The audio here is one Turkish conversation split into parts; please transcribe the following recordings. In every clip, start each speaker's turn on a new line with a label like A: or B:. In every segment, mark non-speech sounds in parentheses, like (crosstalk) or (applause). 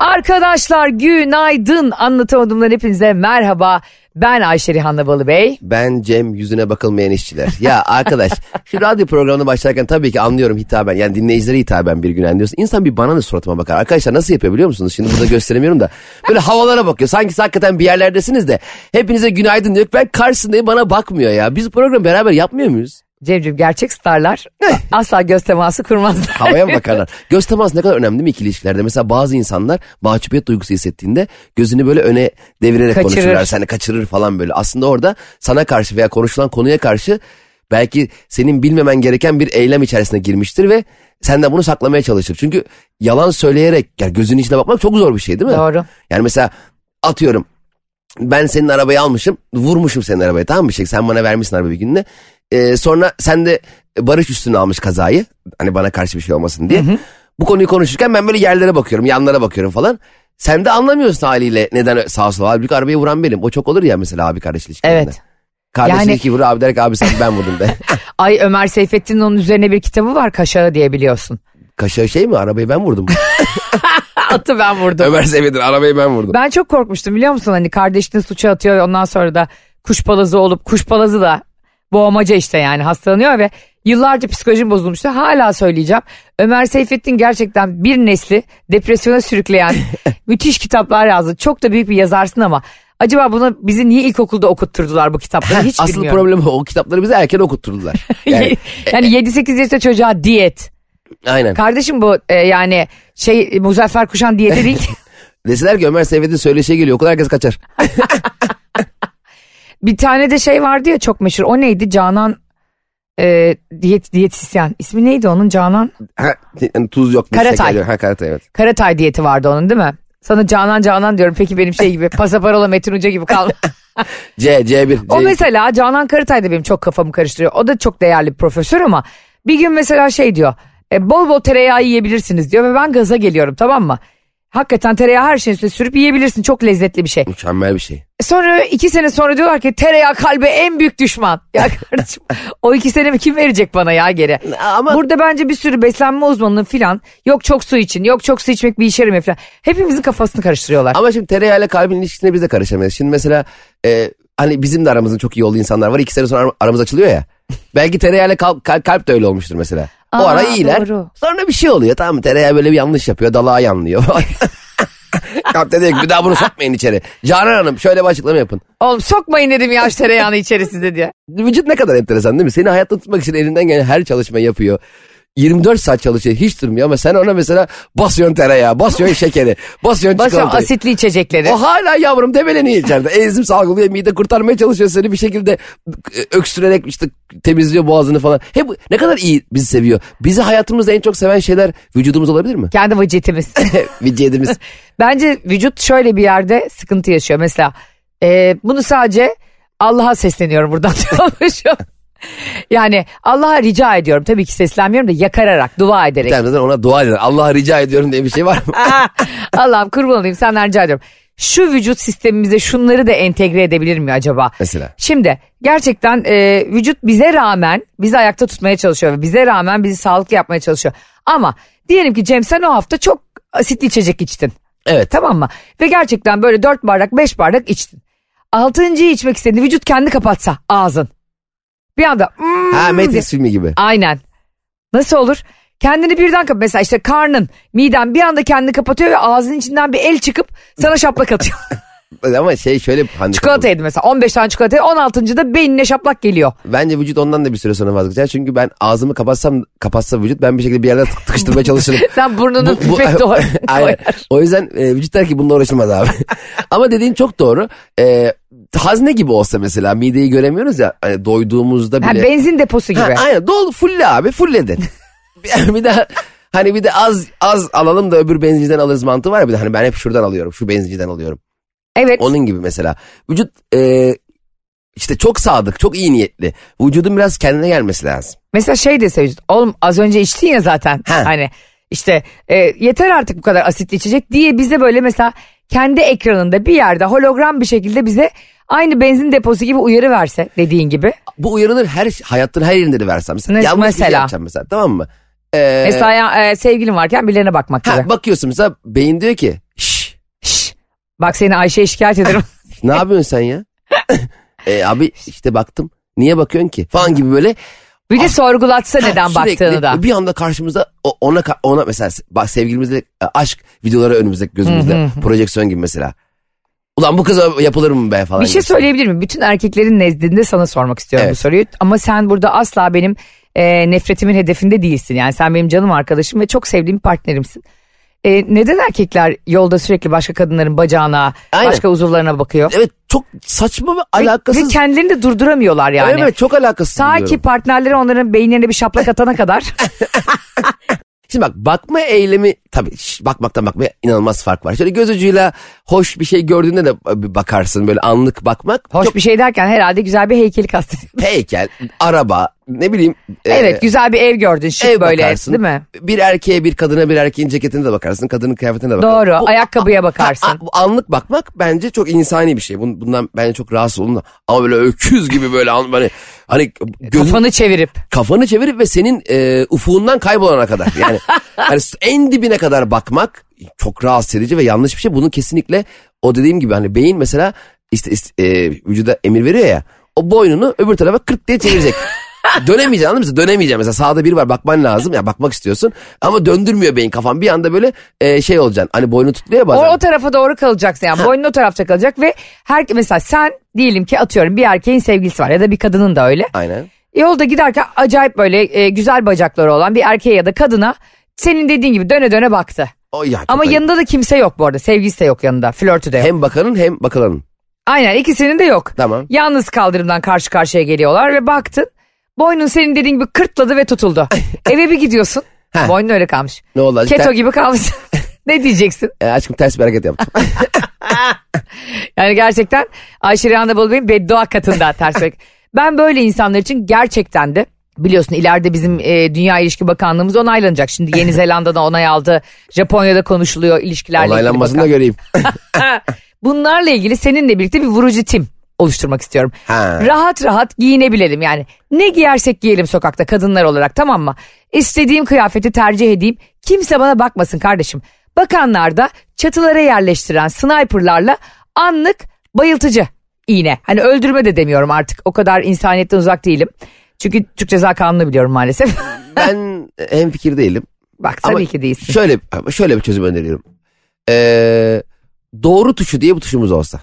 A: Arkadaşlar günaydın anlatamadımdan hepinize merhaba. Ben Ayşe Rihanna Balıbey.
B: Ben Cem yüzüne bakılmayan işçiler. Ya arkadaş şu radyo programına başlarken tabii ki anlıyorum hitaben. Yani dinleyicilere hitaben bir gün anlıyorsun. İnsan bir bana da suratıma bakar. Arkadaşlar nasıl yapıyor biliyor musunuz? Şimdi burada gösteremiyorum da. Böyle havalara bakıyor. Sanki siz hakikaten bir yerlerdesiniz de. Hepinize günaydın diyor. Ben karşısındayım bana bakmıyor ya. Biz programı beraber yapmıyor muyuz?
A: Cemcim gerçek (laughs) starlar asla göz teması kurmazlar.
B: Havaya mı
A: (laughs)
B: bakarlar? Göz teması ne kadar önemli mi ikili ilişkilerde? Mesela bazı insanlar mahcubiyet duygusu hissettiğinde gözünü böyle öne devirerek
A: Kaçırır.
B: konuşurlar. Seni kaçırır falan böyle. Aslında orada sana karşı veya konuşulan konuya karşı belki senin bilmemen gereken bir eylem içerisine girmiştir ve senden bunu saklamaya çalışır. Çünkü yalan söyleyerek yani gözünün içine bakmak çok zor bir şey değil mi?
A: Doğru.
B: Yani mesela atıyorum ben senin arabayı almışım vurmuşum senin arabayı tamam mı? Şey, sen bana vermişsin araba bir gününe. Ee, sonra sen de barış üstüne almış kazayı hani bana karşı bir şey olmasın diye. Bu konuyu konuşurken ben böyle yerlere bakıyorum yanlara bakıyorum falan. Sen de anlamıyorsun haliyle neden sağa sola. Halbuki arabayı vuran benim. O çok olur ya mesela abi kardeş ilişkilerinde.
A: Evet.
B: Kardeş
A: Yani-
B: ilişki vurur abi der ki abi sen ben
A: (laughs)
B: vurdum de.
A: Ay Ömer Seyfettin'in onun üzerine bir kitabı var kaşağı diye biliyorsun.
B: Kaşığı şey mi arabayı ben vurdum.
A: Atı ben vurdum.
B: (laughs) Ömer Sevindir arabayı ben vurdum.
A: Ben çok korkmuştum biliyor musun? Hani kardeşini suça atıyor ondan sonra da kuşpalazı olup kuşpalazı da boğmaca işte yani hastalanıyor ve yıllarca psikolojim bozulmuştu. Hala söyleyeceğim. Ömer Seyfettin gerçekten bir nesli depresyona
B: (laughs)
A: sürükleyen müthiş kitaplar yazdı. Çok da büyük bir yazarsın ama acaba bunu bizi niye ilkokulda okutturdular bu kitapları hiç
B: Asıl
A: bilmiyorum. (laughs)
B: problem o. O kitapları bize erken okutturdular.
A: Yani,
B: Yani,
A: yani 7-8 yaşta çocuğa diyet.
B: aynen.
A: Kardeşim bu e, yani şey Muzaffer Kuşan diyeti değil. ki.
B: Deseler ki Ömer Seyfettin söyleşe geliyor okul herkes kaçar.
A: Bir tane de şey vardı ya çok meşhur. O neydi? Canan e, diyet diyetisyen. İsmi neydi onun? Canan
B: Ha, yani tuz yok. bir
A: Karatay.
B: şeker yok. Ha, Karatay evet.
A: Karatay diyeti vardı onun değil mi? Sana Canan Canan diyorum. Peki benim şey gibi pasaparola Metin Uca gibi kalma.
B: C, C1. C2.
A: o mesela Canan Karatay da benim çok kafamı karıştırıyor. O da çok değerli bir profesör ama bir gün mesela şey diyor. E, bol bol tereyağı yiyebilirsiniz diyor ve ben gaza geliyorum tamam mı? Hakikaten tereyağı her şeyin üstüne sürüp yiyebilirsin. Çok lezzetli bir şey.
B: Mükemmel bir şey.
A: Sonra iki sene sonra diyorlar ki tereyağı kalbe en büyük düşman. (laughs) Ya kardeşim o iki senemi kim verecek bana ya geri?
B: Ama
A: Burada bence bir sürü beslenme uzmanının filan yok çok su için yok çok su içmek bir işe yaramıyor filan. Hepimizin kafasını karıştırıyorlar.
B: ama şimdi tereyağıyla kalbin ilişkisine biz de karışamayız. Şimdi mesela e, hani bizim de aramızın çok iyi olduğu insanlar var. İki sene sonra ar- aramız açılıyor ya. Belki tereyağıyla kalp, kalp, kalp de öyle olmuştur mesela. O
A: Aa,
B: ara iyiler.
A: doğru.
B: Sonra bir şey oluyor tamam mı? Tereyağı böyle bir yanlış yapıyor. Dalağa yanlıyor. (laughs) Kalp dedi ki bir daha bunu sokmayın içeri. Canan Hanım şöyle bir açıklama yapın.
A: Oğlum sokmayın dedim yaş tereyağını içeri size diye.
B: Vücut ne kadar enteresan değil mi? Seni hayatta tutmak için elinden gelen her çalışma yapıyor. 24 saat çalışıyor hiç durmuyor ama sen ona mesela basıyorsun tereyağı, basıyorsun şekeri, basıyorsun
A: Basıyorum
B: çikolatayı.
A: asitli içecekleri.
B: O hala yavrum debeleniyor içeride. Enzim salgılıyor, mide kurtarmaya çalışıyor seni bir şekilde e, öksürerek işte temizliyor boğazını falan. Hep ne kadar iyi bizi seviyor. Bizi hayatımızda en çok seven şeyler vücudumuz olabilir mi?
A: Kendi vıcetimiz.
B: (laughs) Vücudumuz.
A: Bence vücut şöyle bir yerde sıkıntı yaşıyor. Mesela e, bunu sadece Allah'a sesleniyorum buradan (laughs) çalışıyorum. Yani Allah'a rica ediyorum. Tabii ki seslenmiyorum da yakararak, dua
B: Bir
A: ederek.
B: tane zaten ona dua eder. Allah'a rica ediyorum diye bir şey var mı?
A: Ah, Allah'ım kurban olayım senden rica ediyorum. Şu vücut sistemimize şunları da entegre edebilir mi acaba?
B: Mesela.
A: Şimdi gerçekten e, vücut bize rağmen bizi ayakta tutmaya çalışıyor. ve Bize rağmen bizi sağlıklı yapmaya çalışıyor. Ama diyelim ki Cem sen o hafta çok asitli içecek içtin.
B: Evet.
A: Tamam mı? Ve gerçekten böyle dört bardak beş bardak içtin. Altıncıyı içmek istediğinde vücut kendi kapatsa ağzın. Bir anda "Mm"
B: Ha
A: diye-
B: Matrix filmi gibi.
A: Aynen. Nasıl olur? Kendini birden kap mesela işte karnın, miden bir anda kendini kapatıyor ve ağzının içinden bir el çıkıp sana şaplak
B: (laughs)
A: atıyor.
B: Ama şey şöyle bir handikap olur.
A: çikolata yedi mesela 15 tane çikolata yedi 16. da beynine şaplak geliyor.
B: Bence vücut ondan da bir süre sonra vazgeçer. Çünkü ben ağzımı kapatsam kapatsa vücut ben bir şekilde bir yerden
A: (laughs)
B: tık- tıkıştırmaya çalışırım.
A: Sen burnunu pipet
B: (laughs)
A: doğru
B: Aynen.
A: koyar.
B: O yüzden e, vücut der ki bununla
A: (laughs)
B: uğraşılmaz abi. Ama dediğin çok doğru. E, hazne gibi olsa mesela mideyi göremiyoruz ya hani doyduğumuzda
A: Ha,
B: bile.
A: benzin deposu gibi.
B: Ha, aynen dol fulle abi
A: (laughs)
B: fulledin. bir, bir daha hani bir de az az alalım da öbür benzinciden alırız mantığı var ya bir de hani ben hep şuradan alıyorum şu benzinciden alıyorum.
A: evet.
B: Onun gibi mesela. Vücut e, işte çok sadık, çok iyi niyetli. Vücudun biraz kendine gelmesi lazım.
A: Mesela şey dese vücut, oğlum az önce içtin ya zaten.
B: Ha.
A: Hani işte e, yeter artık bu kadar asitli içecek diye bize böyle mesela kendi ekranında bir yerde hologram bir şekilde bize aynı benzin deposu gibi uyarı verse dediğin gibi.
B: Bu uyarıları her hayatın her yerinde de versem. Mesela,
A: Ne-
B: yanlış bir şey
A: mesela?
B: yapacağım mesela tamam mı? Ee,
A: Mesela ya- e, sevgilin varken birilerine bakmak gibi.
B: ha, bakıyorsun mesela beyin diyor ki şş
A: Şş, bak seni Ayşe'ye şikayet ederim. (laughs)
B: ne yapıyorsun sen ya? E, abi işte baktım niye bakıyorsun ki falan gibi böyle
A: bir de sorgulatsa neden
B: sürekli
A: baktığını da.
B: Bir anda karşımıza o- ona ka- ona mesela se- bak sevgilimizle e, aşk videoları önümüzde gözümüzde projeksiyon gibi mesela. Ulan bu kıza yapılır mı be falan.
A: Bir şey
B: gibi.
A: söyleyebilir miyim? Bütün erkeklerin nezdinde sana sormak istiyorum
B: Evet.
A: bu soruyu. Ama sen burada asla benim e, nefretimin hedefinde değilsin. Yani sen benim canım arkadaşım ve çok sevdiğim partnerimsin. E, neden erkekler yolda sürekli başka kadınların bacağına,
B: Aynen.
A: başka uzuvlarına bakıyor?
B: Evet çok saçma ve
A: Ve-
B: alakasız.
A: Ve kendilerini de durduramıyorlar yani.
B: Evet çok alakasız.
A: Ta ki
B: buluyorum.
A: partnerleri onların beynlerine bir şaplak atana
B: (laughs)
A: kadar.
B: Şimdi bak bakma eylemi tabii şş, bakmaktan bakmaya inanılmaz fark var. Şöyle göz ucuyla hoş bir şey gördüğünde de bir bakarsın böyle anlık bakmak.
A: Hoş
B: çok
A: bir şey derken herhalde güzel bir heykeli kastediyor.
B: heykel, araba ne bileyim. e,
A: evet güzel bir ev gördün şık
B: ev
A: böyle
B: bakarsın.
A: değil mi?
B: Bir erkeğe bir kadına bir erkeğin ceketine de bakarsın. Kadının kıyafetine de bakarsın.
A: Doğru
B: Bu-
A: ayakkabıya
B: Ha,
A: bakarsın.
B: bu anlık bakmak bence çok insani bir şey. Bun- Bundan bence çok rahatsız olun da. Ama böyle öküz gibi böyle an- hani, hani gözün, kafanı...
A: Kafanı çevirip.
B: çevirip ve senin e, ufuğundan kaybolana kadar.
A: (laughs)
B: Yani hani en dibine kadar bakmak çok rahatsız edici ve yanlış bir şey. Bunu kesinlikle o dediğim gibi hani beyin mesela işte, ist- e, vücuda emir veriyor ya. O boynunu öbür tarafa kırk
A: (laughs)
B: diye çevirecek. Dönemeyeceksin anladın mı? Dönemeyeceksin. Mesela sağda biri var bakman lazım. Ya bakmak istiyorsun. Ama döndürmüyor beyin kafan. Bir anda böyle e, şey olacaksın. Hani boynu tutluyor ya bazen.
A: O, o tarafa doğru kalacaksın yani boynun o tarafta kalacak ve her mesela sen diyelim ki atıyorum bir erkeğin sevgilisi var ya da bir kadının da öyle.
B: Aynen.
A: Yolda giderken acayip böyle e, güzel bacakları olan bir erkeğe ya da kadına senin dediğin gibi döne döne baktı.
B: O ya, çok
A: Ama
B: ayıp.
A: yanında da kimse yok bu arada sevgilisi de yok yanında flörtü de yok.
B: Hem bakanın hem bakılanın.
A: Aynen ikisinin de yok.
B: Tamam.
A: Yalnız kaldırımdan karşı karşıya geliyorlar ve baktın boynun senin dediğin gibi kırtladı ve
B: (laughs)
A: tutuldu. Eve bir gidiyorsun
B: Ha.
A: boynun öyle kalmış.
B: Ne oldu? Azıcık
A: Keto
B: ter-
A: gibi
B: (laughs)
A: kalmış. ne diyeceksin?
B: E, aşkım ters bir
A: (laughs)
B: hareket yaptım.
A: Yani gerçekten Ayşe Rihanna Bolu Bey'in beddua
B: (laughs)
A: katında ters bek. Ben böyle insanlar için gerçekten de biliyorsun ileride bizim e, Dünya İlişki Bakanlığımız onaylanacak. Şimdi
B: (laughs)
A: Yeni Zelanda'da onay aldı. Japonya'da konuşuluyor ilişkilerle ilgili
B: Olaylanmasını da
A: bakan- (laughs)
B: göreyim.
A: Bunlarla ilgili seninle birlikte bir vurucu tim oluşturmak istiyorum.
B: Ha.
A: Rahat rahat giyinebilelim yani. Ne giyersek giyelim sokakta kadınlar olarak tamam mı? İstediğim kıyafeti tercih edeyim. Kimse bana bakmasın kardeşim. Bakanlar da çatılara yerleştiren sniperlarla anlık bayıltıcı iğne. Hani öldürme de demiyorum artık. O kadar insaniyetten uzak değilim. Çünkü Türk Ceza Kanunu biliyorum maalesef. (laughs)
B: Ben e, hem fikir değilim.
A: Bak
B: Ama
A: tabii ki değilsin.
B: Şöyle şöyle bir çözüm öneriyorum. Ee, doğru tuşu diye bir tuşumuz olsa.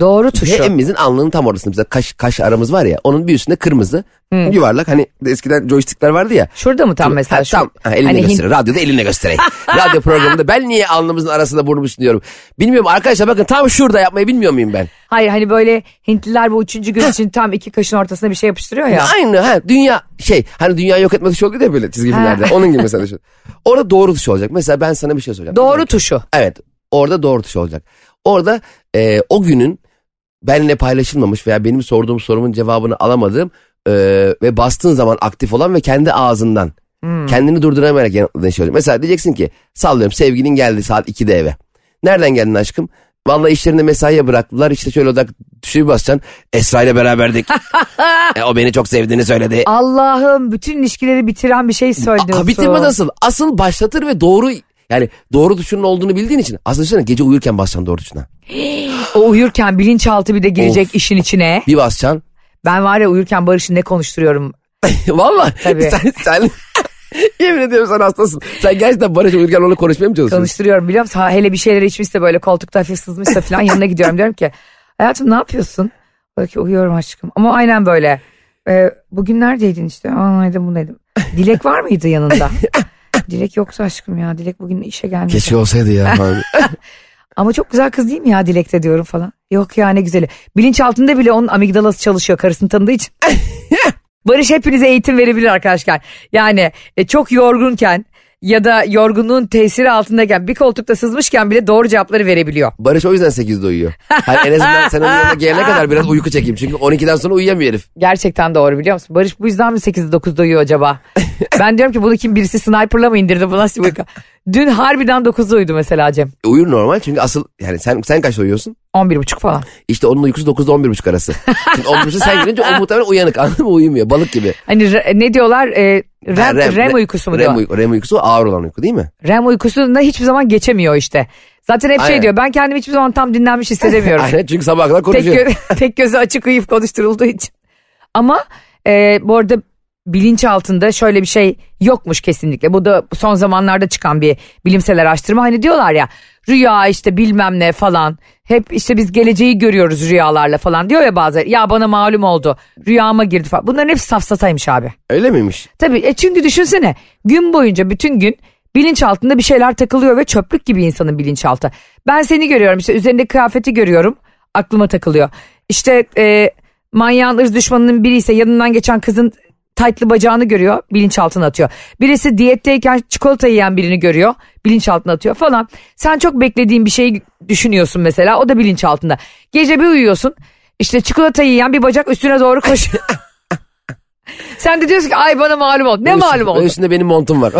A: Doğru tuşu.
B: Hemimizin alnının tam ortasında bize kaş, kaş aramız var ya. Onun bir üstünde kırmızı yuvarlak. Hani eskiden joystickler vardı ya.
A: Şurada mı tam mesela?
B: Ha,
A: şu-
B: tam. Ha, elinle
A: hani Hint-
B: gösterin. Radyoda
A: (laughs)
B: elinle göstereyim. Radyo programında ben niye alnımızın arasında burnumu diyorum. Bilmiyorum arkadaşlar bakın tam şurada yapmayı bilmiyor muyum ben?
A: Hayır hani böyle Hintliler bu üçüncü göz için tam iki kaşın ortasına bir şey yapıştırıyor ya.
B: Aynı ha dünya şey hani dünya yok etme tuşu oluyor ya böyle çizgi filmlerde. Onun gibi mesela düşün. Orada doğru tuş olacak. Mesela ben sana bir şey soracağım.
A: Doğru tuşu.
B: Evet orada doğru tuş olacak. Orada e, o günün benle paylaşılmamış veya benim sorduğum sorumun cevabını alamadığım e, ve bastığın zaman aktif olan ve kendi ağzından kendini durduramayarak yanıtladığın şey olacak. Mesela diyeceksin ki sallıyorum sevgilin geldi saat 2'de eve. Nereden geldin aşkım? Vallahi işlerinde mesaiye bıraktılar işte şöyle odak tuşu basacaksın. Esra ile beraberdik. E, o beni çok sevdiğini söyledi.
A: Allah'ım bütün ilişkileri bitiren bir şey söylüyorsun.
B: Ha, bitirmez asıl. Asıl başlatır ve doğru yani doğru tuşunun olduğunu bildiğin için. Aslında düşünsene gece uyurken basacaksın doğru tuşuna.
A: O uyurken bilinçaltı bir de girecek
B: Of.
A: işin içine.
B: Bir basacaksın. (laughs)
A: Ben var ya uyurken Barış'ı ne konuşturuyorum.
B: Valla.
A: Tabii.
B: Sen, sen (laughs) yemin ediyorum sen hastasın. Sen gerçekten Barış uyurken onunla konuşmaya mı çalışıyorsun?
A: Konuşturuyorum biliyor musun? Ha, hele bir şeyler içmişse böyle koltukta hafif sızmışsa falan yanına gidiyorum. Diyorum ki hayatım ne yapıyorsun? Diyor ki uyuyorum aşkım. Ama aynen böyle. "Ee, bugün neredeydin işte? Anaydım bundaydım. Dilek var mıydı yanında? Dilek yoktu aşkım ya. Dilek bugün işe gelmedi.
B: Keşke olsaydı ya. falan.
A: Ama çok güzel kız değil mi ya Dilek'te diyorum falan. Yok ya ne güzeli. Bilinçaltında bile onun amigdalası çalışıyor karısını tanıdığı için. Barış hepinize eğitim verebilir arkadaşlar. Yani e, çok yorgunken ya da yorgunluğun tesiri altındayken bir koltukta sızmışken bile doğru cevapları verebiliyor.
B: Barış o yüzden 8'de uyuyor. Hani en azından sen onun yanına gelene kadar biraz uyku çekeyim. Çünkü 12'den sonra uyuyamıyor herif.
A: Gerçekten doğru biliyor musun? Barış bu yüzden mi 8'de 9'da uyuyor acaba? ben diyorum ki bunu kim birisi sniperla mı indirdi bu nasıl bir uyku? Dün harbiden 9'da uyudu mesela Cem.
B: E, Uyur normal çünkü asıl yani sen sen kaçta uyuyorsun?
A: 11.30 falan.
B: İşte onun uykusu 9'da 11.30 arası. Şimdi
A: (laughs)
B: 11.30 sen girince o muhtemelen uyanık anladın mı? Uyumuyor balık gibi.
A: Hani re- ne diyorlar? E, REM,
B: Ha,
A: REM, uykusu mu
B: REM,
A: diyorlar?
B: uyku- REM uykusu ağır olan uyku değil mi?
A: REM uykusunda hiçbir zaman geçemiyor işte. Zaten hep şey
B: Aynen.
A: diyor ben kendimi hiçbir zaman tam dinlenmiş hissedemiyorum.
B: (laughs) Aynen çünkü sabaha kadar
A: tek,
B: konuşuyor.
A: gö- (laughs) tek gözü açık uyuyup konuşturulduğu için. Ama e, bu arada bilinç altında şöyle bir şey yokmuş kesinlikle. Bu da son zamanlarda çıkan bir bilimsel araştırma. Hani diyorlar ya rüya işte bilmem ne falan. Hep işte biz geleceği görüyoruz rüyalarla falan diyor ya bazı. Ya bana malum oldu. Rüyama girdi falan. Bunların hepsi safsataymış abi.
B: Öyle miymiş?
A: Tabii e çünkü düşünsene gün boyunca bütün gün bilinçaltında bir şeyler takılıyor ve çöplük gibi insanın bilinçaltı. Ben seni görüyorum işte üzerinde kıyafeti görüyorum aklıma takılıyor. İşte e, manyağın ırz düşmanının biri ise yanından geçen kızın taytlı bacağını görüyor bilinçaltına atıyor. Birisi diyetteyken çikolata yiyen birini görüyor bilinçaltına atıyor falan. Sen çok beklediğin bir şeyi düşünüyorsun mesela o da bilinçaltında. Gece bir uyuyorsun işte çikolata yiyen bir bacak üstüne doğru koşuyor. Sen de diyorsun ki ay bana malum oldu. Ne
B: Üstü-
A: malum oldu?
B: Üstünde benim montum var.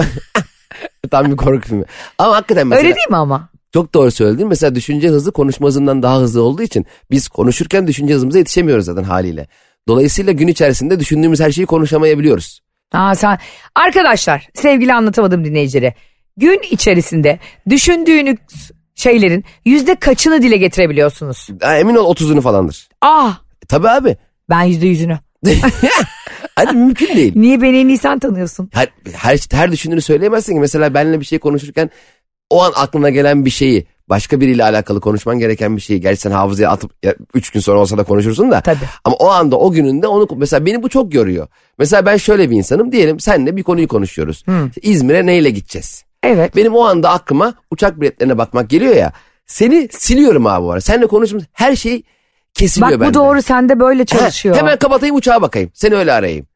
B: (laughs) Tam bir korku filmi. Ama hakikaten mesela
A: Öyle değil mi ama?
B: çok doğru söyledin. Mesela düşünce hızı konuşma hızından daha hızlı olduğu için biz konuşurken düşünce hızımıza yetişemiyoruz zaten haliyle. Dolayısıyla gün içerisinde düşündüğümüz her şeyi konuşamayabiliyoruz.
A: Aa, sen... Arkadaşlar sevgili anlatamadım dinleyicileri. Gün içerisinde düşündüğünüz şeylerin yüzde kaçını dile getirebiliyorsunuz?
B: Ha, emin ol 30'unu falandır. E,
A: Ah
B: Tabii abi.
A: ben yüzde yüzünü. (laughs)
B: Hani mümkün değil.
A: Niye beni en iyi sen tanıyorsun?
B: Her, her, her düşündüğünü söyleyemezsin ki. Mesela benimle bir şey konuşurken o an aklına gelen bir şeyi başka biriyle alakalı konuşman gereken bir şeyi. Gerçi sen hafızaya atıp 3 gün sonra olsa da konuşursun da.
A: Tabii.
B: Ama o anda o gününde onu mesela beni bu çok görüyor. Mesela ben şöyle bir insanım diyelim senle bir konuyu konuşuyoruz. İzmir'e neyle gideceğiz?
A: Evet.
B: Benim o anda aklıma uçak biletlerine bakmak geliyor ya. Seni siliyorum abi bu ara. Seninle konuştuğumuz her şey kesiliyor
A: Bak
B: bende.
A: bu doğru sende böyle
B: Ha,
A: çalışıyor.
B: Hemen kapatayım uçağa bakayım. Seni öyle arayayım.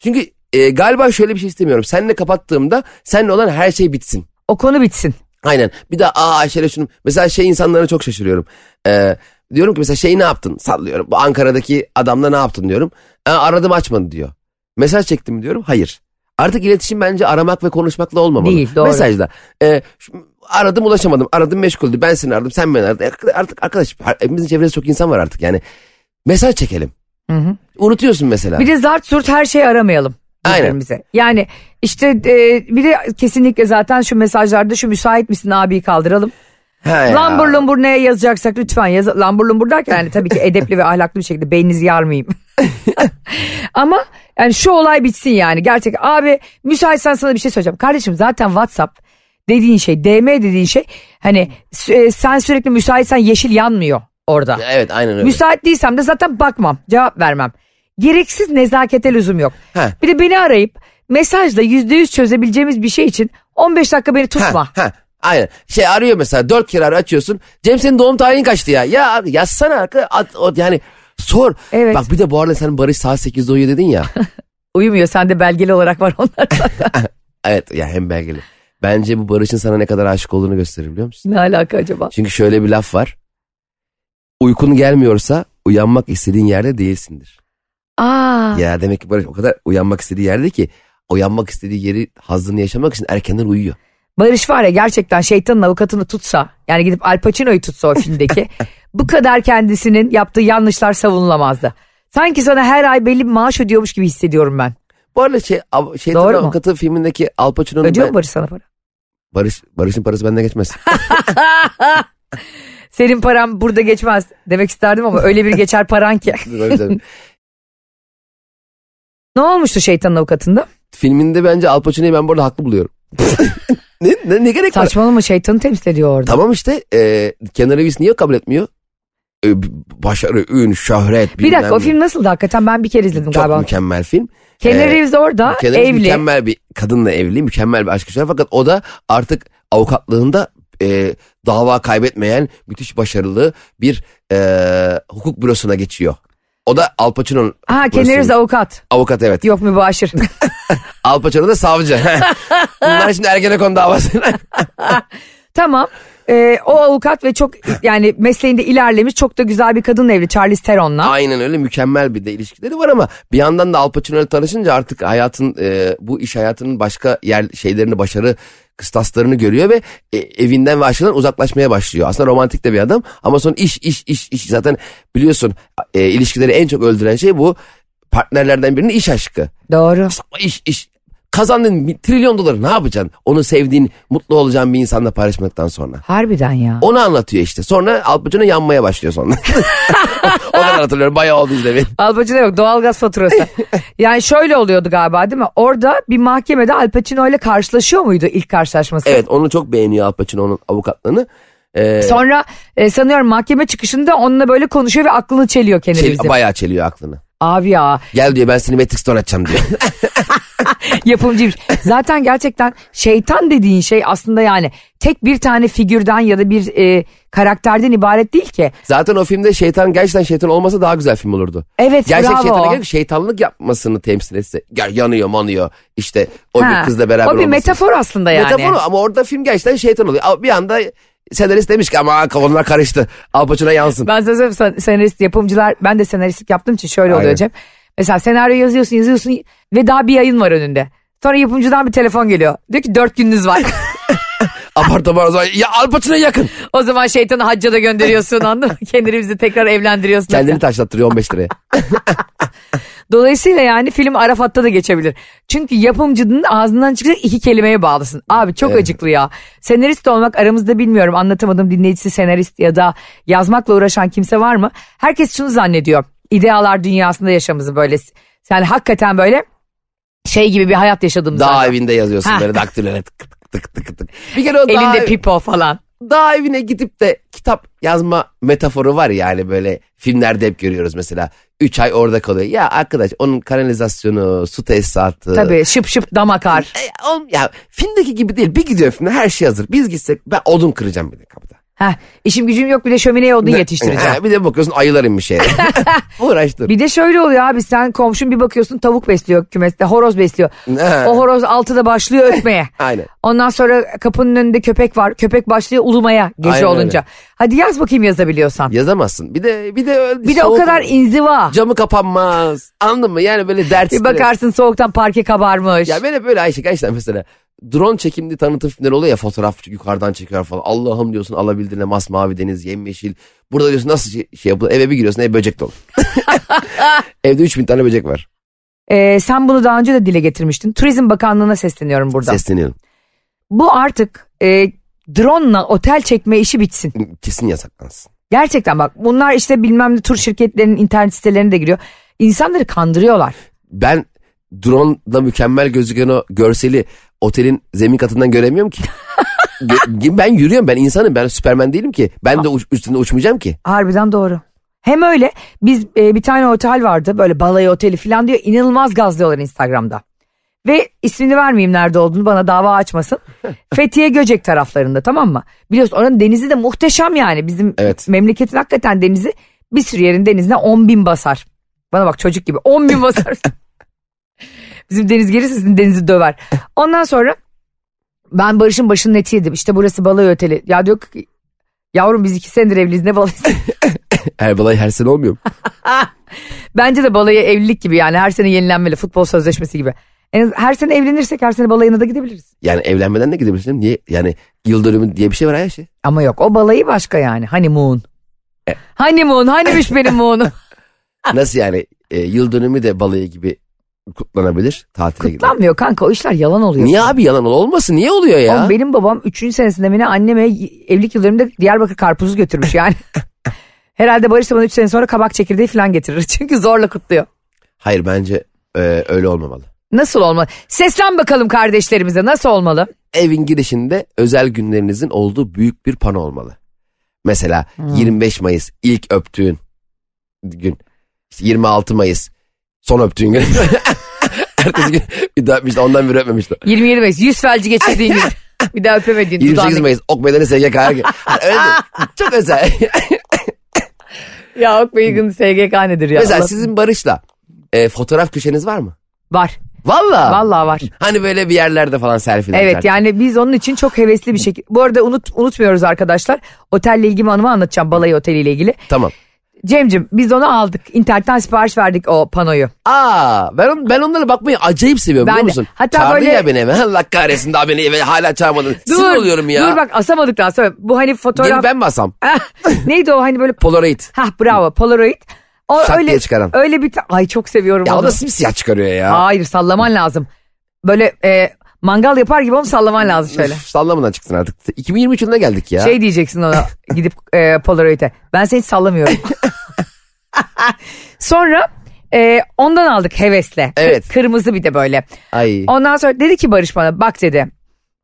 B: Çünkü e, galiba şöyle bir şey istemiyorum. Seninle kapattığımda seninle olan her şey bitsin.
A: O konu bitsin.
B: Aynen. Bir daha aa Ayşe'yle şunu. Mesela şey insanlara çok şaşırıyorum. Ee, diyorum ki mesela şey ne yaptın? Sallıyorum. Bu Ankara'daki adamla ne yaptın diyorum. "Aa, aradım açmadı diyor. Mesaj çektim diyorum. Hayır. Artık iletişim bence aramak ve konuşmakla olmamalı.
A: Değil, doğru.
B: Mesajla. Ee, şu- aradım ulaşamadım. Aradım meşguldü. Ben seni aradım. Sen beni aradın. Ar- Artık arkadaş hepimizin çevresi çok insan var artık yani. Mesaj çekelim.
A: Hı hı.
B: Unutuyorsun mesela.
A: Bir de zart zurt her şeyi aramayalım.
B: Aynen.
A: birbirimize. Yani işte e, bir de kesinlikle zaten şu mesajlarda şu müsait misin abiyi kaldıralım.
B: Ha ya.
A: Lambur lumbur ne yazacaksak lütfen yaz. Lambur lumbur derken yani tabii ki edepli ve ahlaklı bir şekilde beyninizi yarmayayım. (laughs) Ama yani şu olay bitsin yani. Gerçek abi müsaitsen sana bir şey söyleyeceğim. Kardeşim zaten WhatsApp dediğin şey DM dediğin şey hani e, sen sürekli müsaitsen yeşil yanmıyor orada.
B: Evet aynen öyle.
A: Müsait değilsem de zaten bakmam cevap vermem. Gereksiz nezakete lüzum yok.
B: Ha.
A: Bir de beni arayıp mesajla %100 çözebileceğimiz bir şey için 15 dakika beni tutma.
B: Ha, ha, aynen. Şey arıyor mesela dört kere arıyor, açıyorsun. Cem senin doğum tarihin kaçtı ya. Ya abi yazsana arka at, o- yani sor.
A: Evet.
B: Bak bir de bu arada sen Barış saat 8'de uyuyor
A: (laughs)
B: dedin ya.
A: Uyumuyor sende belgeli olarak var (laughs) onlar.
B: evet ya hem belgeli. Bence bu Barış'ın sana ne kadar aşık olduğunu gösterir biliyor musun?
A: Ne alaka acaba?
B: Çünkü şöyle bir laf var. Uykun gelmiyorsa uyanmak istediğin yerde değilsindir.
A: Aa,
B: Ya demek ki Barış o kadar uyanmak istediği yerde ki uyanmak istediği yeri hazzını yaşamak için erkenden uyuyor.
A: Barış var ya gerçekten şeytanın avukatını tutsa yani gidip Al Pacino'yu tutsa o
B: (laughs)
A: filmdeki bu kadar kendisinin yaptığı yanlışlar savunulamazdı. Sanki sana her ay belli bir maaş ödüyormuş gibi hissediyorum ben.
B: Bu arada şey, av- Şeytan
A: Doğru mu?
B: Avukatı filmindeki Al Pacino'nun
A: Ödüyor
B: ben-
A: mu Barış sana para?
B: Barış, Barış'ın parası benden geçmez.
A: Senin param burada geçmez demek isterdim ama öyle bir geçer paran ki.
B: Tabii, tabii.
A: ne olmuştu şeytanın avukatında?
B: (laughs) Filminde bence Al Pacino'yu ben bu arada haklı buluyorum. (laughs) ne, ne, ne gerek var?
A: Saçmalama şeytanı temsil ediyor orada.
B: Tamam işte e, Keanu Reeves niye kabul etmiyor? E, b- başarı, ün, şöhret.
A: bir
B: bilmem
A: dakika o
B: ne.
A: film nasıldı hakikaten ben bir kere izledim
B: Çok
A: galiba.
B: mükemmel film.
A: Keanu
B: Ee,
A: Reeves orada
B: Keanu Reeves
A: evli.
B: mükemmel bir kadınla evli, mükemmel bir aşk yaşıyor. Fakat o da artık avukatlığında e, dava kaybetmeyen müthiş başarılı bir e, hukuk bürosuna geçiyor. O da Al Pacino'nun
A: Ha
B: hukuk
A: Keanu Reeves
B: bürosunun-
A: avukat.
B: avukat evet.
A: Yok mübaşir. (laughs)
B: Al Pacino da savcı. Bunlar şimdi Ergenekon davası.
A: tamam. e, o avukat ve çok yani mesleğinde ilerlemiş çok da güzel bir kadın evli Charlize Theron'la.
B: Aynen öyle mükemmel bir de ilişkileri var ama bir yandan da Al Pacino'yla tanışınca artık hayatın e, bu iş hayatının başka yer şeylerini başarı kıstaslarını görüyor ve e, evinden ve aşkından uzaklaşmaya başlıyor. Aslında romantik de bir adam ama son iş iş iş iş zaten biliyorsun e, ilişkileri en çok öldüren şey bu partnerlerden birinin iş aşkı.
A: Doğru.
B: Sapma iş iş kazandın bir trilyon doları ne yapacaksın? Onu sevdiğin mutlu olacağın bir insanla paylaşmaktan sonra.
A: Harbiden ya.
B: Onu anlatıyor işte. Sonra Al Pacino yanmaya başlıyor sonra. (laughs) o kadar hatırlıyorum. Bayağı oldu izlemeyin.
A: Al Pacino yok doğalgaz (laughs) faturası. yani şöyle oluyordu galiba değil mi? Orada bir mahkemede Al Pacino ile karşılaşıyor muydu ilk karşılaşması?
B: Evet onu çok beğeniyor Al Pacino onun avukatlarını. Ee,
A: Sonra e, sanıyorum mahkeme çıkışında onunla böyle konuşuyor ve aklını çeliyor kendini
B: çel-
A: bizim.
B: Şey, bayağı çeliyor aklını.
A: Abi ya
B: Gel diyor ben seni Matrix Stone
A: (laughs)
B: açacağım diyor.
A: yapımcıymış. Zaten gerçekten şeytan dediğin şey aslında yani tek bir tane figürden ya da bir e, karakterden ibaret değil ki.
B: Zaten o filmde şeytan gerçekten şeytan olmasa daha güzel film olurdu.
A: Evet
B: Gerçek
A: bravo.
B: şeytana gerek şeytanlık yapmasını temsil etse. Ya, yanıyor manıyor işte o
A: Ha,
B: bir kızla beraber
A: O bir
B: olması.
A: metafor aslında yani.
B: Metafor o ama orada film gerçekten şeytan oluyor. Al- Bir anda senarist demiş ki ama onlar karıştı. Al Pacino yansın.
A: Ben size söyleyeyim sen- senarist yapımcılar ben de senaristlik yaptığım için şöyle oluyor
B: Aynen.
A: Cem. Mesela senaryo yazıyorsun yazıyorsun ve daha bir yayın var önünde. Sonra yapımcıdan bir telefon geliyor. Diyor ki dört gününüz var. (laughs)
B: Apartman o zaman ya Al Pacino'ya yakın.
A: o zaman şeytanı hacca da gönderiyorsun anladın mı? (laughs) Kendini bizi tekrar evlendiriyorsun.
B: Kendini taşlattırıyor 15
A: (laughs)
B: liraya.
A: Dolayısıyla yani film Arafat'ta da geçebilir. Çünkü yapımcının ağzından çıkacak iki kelimeye bağlısın. Abi çok acıklı ya. Senarist olmak aramızda bilmiyorum anlatamadım dinleyicisi senarist ya da yazmakla uğraşan kimse var mı? Herkes şunu zannediyor. İdealar dünyasında yaşamızı böyle. Yani hakikaten böyle şey gibi bir hayat yaşadığımızı.
B: Dağ
A: zannediyor.
B: evinde yazıyorsun
A: Ha.
B: böyle daktiloyla tık tık tık tık tık. Bir kere o dağ,
A: Elinde pipo falan.
B: dağ evine gidip de kitap yazma metaforu var yani böyle filmlerde hep görüyoruz mesela. 3 ay orada kalıyor. Ya arkadaş onun kanalizasyonu, su tesisatı.
A: Tabii şıp şıp dam akar.
B: E, oğlum ya filmdeki gibi değil. Bir gidiyor filmde her şey hazır. Biz gitsek ben odun kıracağım bir de kapıda.
A: Heh, işim gücüm yok bir de şömineye odun yetiştireceğim.
B: Ha, bir de bakıyorsun ayılar
A: (laughs)
B: inmiş yere. (laughs) Uğraştır.
A: Bir de şöyle oluyor abi sen komşun bir bakıyorsun tavuk besliyor kümeste horoz besliyor.
B: Ha.
A: O horoz altıda başlıyor ötmeye.
B: Aynen.
A: Ondan sonra kapının önünde köpek var. Köpek başlıyor ulumaya gece
B: Aynen öyle.
A: olunca. Hadi yaz bakayım yazabiliyorsan.
B: Yazamazsın. Bir de bir de öyle
A: bir de o
B: soğuk-
A: kadar inziva.
B: camı kapanmaz. Anladın mı? Yani böyle dert
A: Bir
B: stres.
A: bakarsın soğuktan parke kabarmış.
B: Ya böyle böyle Ayşe gerçekten mesela drone çekimli tanıtım filmleri oluyor ya fotoğraf yukarıdan çekiyor falan. Allah'ım diyorsun alabildiğine masmavi deniz yemyeşil. Burada diyorsun nasıl şey, şey yapılır eve bir giriyorsun ev böcek dolu. (laughs) Evde 3000 tane böcek var.
A: Ee, sen bunu daha önce de dile getirmiştin. Turizm Bakanlığı'na sesleniyorum burada.
B: Sesleniyorum.
A: Bu artık e, drone'la otel çekme işi bitsin.
B: Kesin yasaklansın.
A: Gerçekten bak bunlar işte bilmem ne tur şirketlerinin internet sitelerine de giriyor. İnsanları kandırıyorlar.
B: Ben drone'da mükemmel gözüken o görseli otelin zemin katından göremiyorum ki. Gö- ben yürüyorum ben insanım ben Süpermen değilim ki. Ben de uç- üstünde uçmayacağım ki.
A: Harbiden doğru. Hem öyle biz e, bir tane otel vardı böyle balayı oteli falan diyor inanılmaz gazlıyorlar Instagram'da. Ve ismini vermeyeyim nerede olduğunu bana dava açmasın. Fethiye Göcek taraflarında tamam mı? Biliyorsun oranın denizi de muhteşem yani bizim (laughs)
B: Evet.
A: memleketin hakikaten denizi bir sürü yerin denizine 10 bin basar. Bana bak çocuk gibi 10 bin basar. bizim deniz gelirse sizin denizi döver. Ondan sonra ben Barış'ın başının etiydim. İşte burası balayı oteli. Ya diyor ki yavrum biz iki senedir evliyiz ne balayı
B: Her balay her sene olmuyor mu?
A: Bence de balayı evlilik gibi yani her sene yenilenmeli futbol sözleşmesi gibi. En az- her sene evlenirsek her sene balayına da gidebiliriz.
B: Yani evlenmeden de gidebilirsin. Niye? Yani yıldönümü diye bir şey var Ayşe.
A: Ama yok o balayı başka yani honeymoon.
B: E.
A: Honeymoon
B: (laughs)
A: hanimiş benim moon'um.
B: Nasıl yani e, yıl dönümü de balayı gibi kutlanabilir tatile gidilir.
A: Kutlanmıyor kanka o işler yalan oluyor.
B: Niye abi yalan ol- olmasın? Niye oluyor ya?
A: Oğlum benim babam 3. senesinde beni anneme evlilik yıllarında Diyarbakır karpuzu götürmüş
B: (laughs)
A: yani. Herhalde Barış da bana 3 sene sonra kabak çekirdeği falan getirir. (laughs) Çünkü zorla kutluyor.
B: Hayır bence e, öyle olmamalı.
A: Nasıl olmalı? Seslen bakalım kardeşlerimize nasıl olmalı?
B: Evin girişinde özel günlerinizin olduğu büyük bir pano olmalı. Mesela
A: Hmm.
B: 25 Mayıs ilk öptüğün gün. İşte 26 Mayıs son öptüğün gün. (laughs) Ertesi gün bir daha işte ondan biri öpmemişti.
A: 27 Mayıs 100 felci
B: (laughs)
A: geçirdiğin gün. Bir daha öpemediğin
B: 28
A: dudağındaki-
B: Mayıs ok
A: (laughs)
B: bedeni SGK. Hani öyle değil. Çok özel.
A: Ya Akbey'in SGK nedir ya?
B: Mesela
A: Allah-
B: sizin Barış'la e, fotoğraf köşeniz var mı?
A: Var.
B: Valla.
A: Vallahi var.
B: Hani böyle bir yerlerde falan selfie'ler.
A: Evet
B: çarpıyor.
A: yani biz onun için çok hevesli bir şekilde. Bu arada unut, unutmuyoruz arkadaşlar. Otelle ilgimi anımı anlatacağım balayı oteliyle ilgili.
B: Tamam.
A: Cemcim biz onu aldık. İnternetten sipariş verdik o panoyu.
B: Aa ben, on- ben onlara bakmayı acayip seviyorum
A: Ben
B: biliyor
A: de.
B: musun?
A: Hatta
B: Çağırdın
A: böyle-
B: ya beni eve. (laughs) Allah kahretsin daha beni eve hala çağırmadın. Sinir oluyorum ya.
A: Dur bak asamadıktan sonra bu hani fotoğraf.
B: Gelip ben mi asam?
A: Neydi o hani böyle.
B: Polaroid.
A: Hah bravo Polaroid. O
B: Şak
A: öyle,
B: diye çıkaran.
A: Öyle bir ta- Ay çok seviyorum
B: Ya o
A: onu.
B: da simsiyah çıkarıyor ya.
A: Hayır sallaman lazım. Böyle e, mangal yapar gibi onu sallaman lazım şöyle.
B: Üf, sallamadan çıktın artık. 2023 yılına geldik ya.
A: Şey diyeceksin
B: (laughs)
A: ona gidip e, Polaroid'e. Ben seni hiç sallamıyorum. Sonra e, ondan aldık hevesle.
B: Evet.
A: Kırmızı bir de böyle.
B: Ay.
A: Ondan sonra dedi ki Barış bana bak dedi.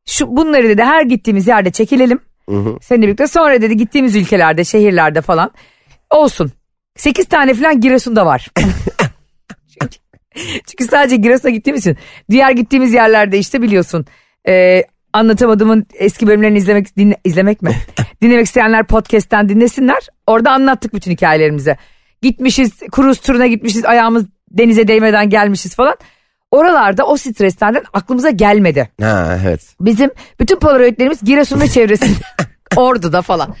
A: Şu bunları dedi her gittiğimiz yerde çekilelim. Seninle birlikte sonra dedi gittiğimiz ülkelerde, şehirlerde falan olsun. 8 tane falan Giresun'da
B: (laughs)
A: var. (laughs) çünkü, çünkü sadece Giresun'a gittiğimiz için diğer gittiğimiz yerlerde işte biliyorsun. E, anlatamadığımın eski bölümlerini izlemek dinle- izlemek mi? Dinlemek isteyenler podcast'ten dinlesinler. Orada anlattık bütün hikayelerimizi. Gitmişiz, kruz turuna gitmişiz, ayağımız denize değmeden gelmişiz falan. Oralarda o stresten aklımıza gelmedi.
B: Ha evet.
A: Bizim bütün polaroidlerimiz Giresun ve çevresinde. Ordu'da falan.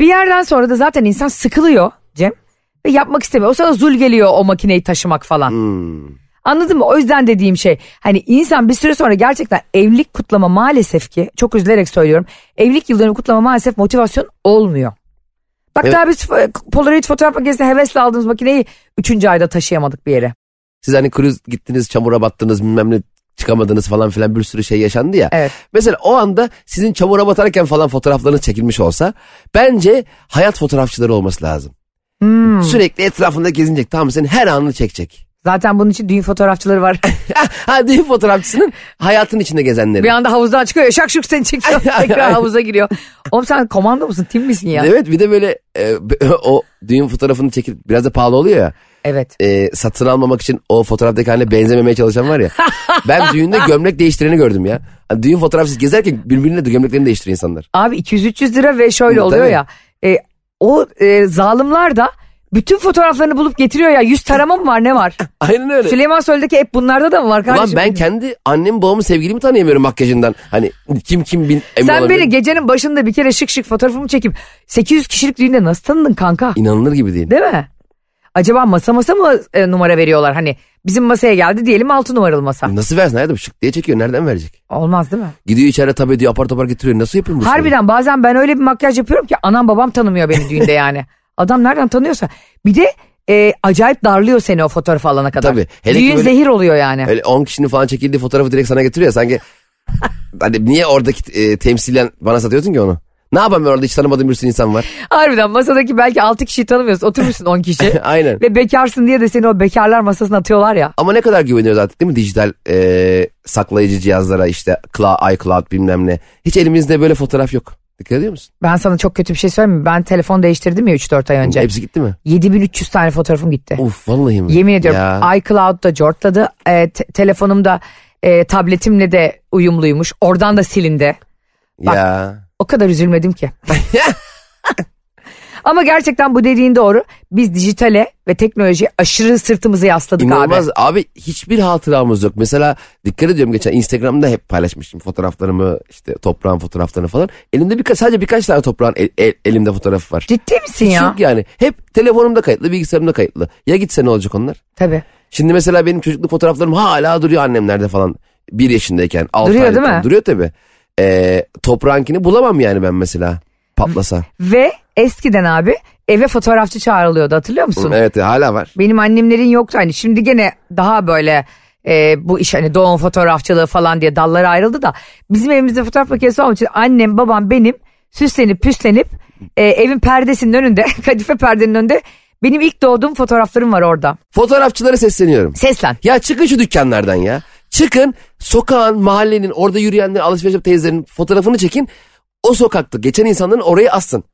A: Bir yerden sonra da zaten insan sıkılıyor Cem. Ve yapmak istemiyor. O sana zul geliyor o makineyi taşımak falan.
B: Hmm.
A: Anladın mı? O yüzden dediğim şey hani insan bir süre sonra gerçekten evlilik kutlama maalesef ki çok üzülerek söylüyorum. Evlilik yıldönümü kutlama maalesef motivasyon olmuyor. Bak
B: Evet.
A: daha biz fo- Polaroid fotoğraf makinesine hevesle aldığımız makineyi 3. ayda taşıyamadık bir yere.
B: Siz hani kruz gittiniz çamura battınız bilmem ne çıkamadınız falan filan bir sürü şey yaşandı ya.
A: Evet.
B: Mesela o anda sizin çamura batarken falan fotoğraflarınız çekilmiş olsa bence hayat fotoğrafçıları olması lazım.
A: Hmm.
B: Sürekli etrafında gezinecek tamam mı? senin her anını çekecek. (laughs) Ah,
A: Zaten bunun için düğün fotoğrafçıları var.
B: ha düğün fotoğrafçısının hayatın içinde
A: (laughs)
B: gezenleri.
A: Bir anda havuzdan çıkıyor. Şak şuk seni
B: (laughs)
A: çekiyor. Tekrar havuza giriyor. Oğlum sen komando musun? Tim misin ya?
B: Evet bir de böyle e, (laughs) b- o düğün fotoğrafını çekip biraz da pahalı oluyor ya.
A: Evet.
B: e, satın almamak için o fotoğraftaki haline benzememeye
A: (laughs)
B: çalışan var ya. ben düğünde gömlek değiştireni gördüm ya. Hani düğün fotoğrafsız gezerken birbirine de gömleklerini değiştiriyor insanlar.
A: Abi 200-300 lira ve şöyle
B: Hı,
A: oluyor
B: tabii.
A: ya. E, o e, zalimler da bütün fotoğraflarını bulup getiriyor ya. Yüz tarama mı var ne var?
B: Aynen öyle.
A: Süleyman Soylu'daki hep bunlarda da mı var
B: Ulan
A: kardeşim?
B: ben kendi annemi babamı sevgilimi tanıyamıyorum makyajından. Hani kim kim bin emin
A: Sen
B: olabilir.
A: beni gecenin başında bir kere şık şık fotoğrafımı çekip 800 kişilik düğünde nasıl tanıdın kanka?
B: İnanılır gibi değil.
A: Değil mi? Acaba masa masa mı e, numara veriyorlar? Hani bizim masaya geldi diyelim 6 numaralı masa.
B: Nasıl versin hayatım şık diye çekiyor nereden verecek?
A: Olmaz değil mi?
B: Gidiyor içeride tabi diyor apar topar getiriyor nasıl yapayım bu şey- işleri?
A: Harbiden bazen ben öyle bir makyaj yapıyorum ki anam babam tanımıyor beni
B: (laughs)
A: düğünde yani. Adam nereden tanıyorsa. Bir de e, acayip darlıyor seni o fotoğrafı alana kadar.
B: Tabii. Hele ki
A: Düğün
B: böyle-
A: zehir oluyor yani.
B: Öyle 10 kişinin falan çekildiği fotoğrafı direkt sana getiriyor
A: (laughs)
B: ya sanki. hani niye oradaki e, temsilen bana satıyorsun ki onu? Ne yapayım ben orada hiç tanımadığım bir sürü insan var. (laughs)
A: Harbiden masadaki belki 6 kişiyi tanımıyorsun oturmuşsun 10
B: (laughs)
A: kişi.
B: Aynen.
A: Ve bekarsın diye de seni o bekarlar masasına atıyorlar ya.
B: Ama ne kadar güveniyoruz artık değil mi dijital e, saklayıcı cihazlara işte cloud, iCloud bilmem ne. Hiç elimizde böyle fotoğraf yok. Dikkat ediyor musun?
A: Ben sana çok kötü bir şey söyleyeyim mi? Ben telefon değiştirdim ya 3-4 ay önce.
B: Hepsi gitti mi?
A: 7300 tane fotoğrafım gitti.
B: Of vallahi mi?
A: Yemin ediyorum
B: Ya.
A: iCloud'da cortladı. E, te- telefonumda e, tabletimle de uyumluymuş. Oradan da silindi. bak.
B: ya.
A: O kadar üzülmedim
B: (laughs)
A: ki. Ama gerçekten bu dediğin doğru. Biz dijitale ve teknolojiye aşırı sırtımızı yasladık
B: İnanılmaz
A: abi.
B: abi. hiçbir hatıramız yok. Mesela dikkat ediyorum geçen Instagram'da hep paylaşmıştım fotoğraflarımı işte toprağın fotoğraflarını falan. Elimde birkaç sadece birkaç tane toprağın el- el- elimde fotoğrafı var.
A: Ciddi misin
B: Hiç
A: ya?
B: yok yani. Hep telefonumda kayıtlı bilgisayarımda kayıtlı. Ya gitse ne olacak onlar?
A: Tabii.
B: Şimdi mesela benim çocukluk fotoğraflarım hala duruyor annemlerde falan. Bir yaşındayken. Altı
A: Duruyor
B: aylıkken.
A: değil mi?
B: Duruyor tabii. Ee, toprağınkini bulamam yani ben mesela.
A: (laughs)
B: Patlasa.
A: Ve eskiden abi eve fotoğrafçı çağrılıyordu hatırlıyor musun?
B: evet hala var.
A: Benim annemlerin yoktu hani şimdi gene daha böyle e, bu iş hani doğum fotoğrafçılığı falan diye dallara ayrıldı da bizim evimizde fotoğraf makinesi olmadığı için annem babam benim süslenip püslenip e, evin perdesinin önünde (laughs) kadife perdenin önünde benim ilk doğduğum fotoğraflarım var orada.
B: Fotoğrafçılara sesleniyorum.
A: Seslen.
B: Ya çıkın şu dükkanlardan ya. Çıkın sokağın, mahallenin, orada yürüyenlerin, alışveriş yapan teyzelerin fotoğrafını çekin. O sokakta geçen insanların orayı assın.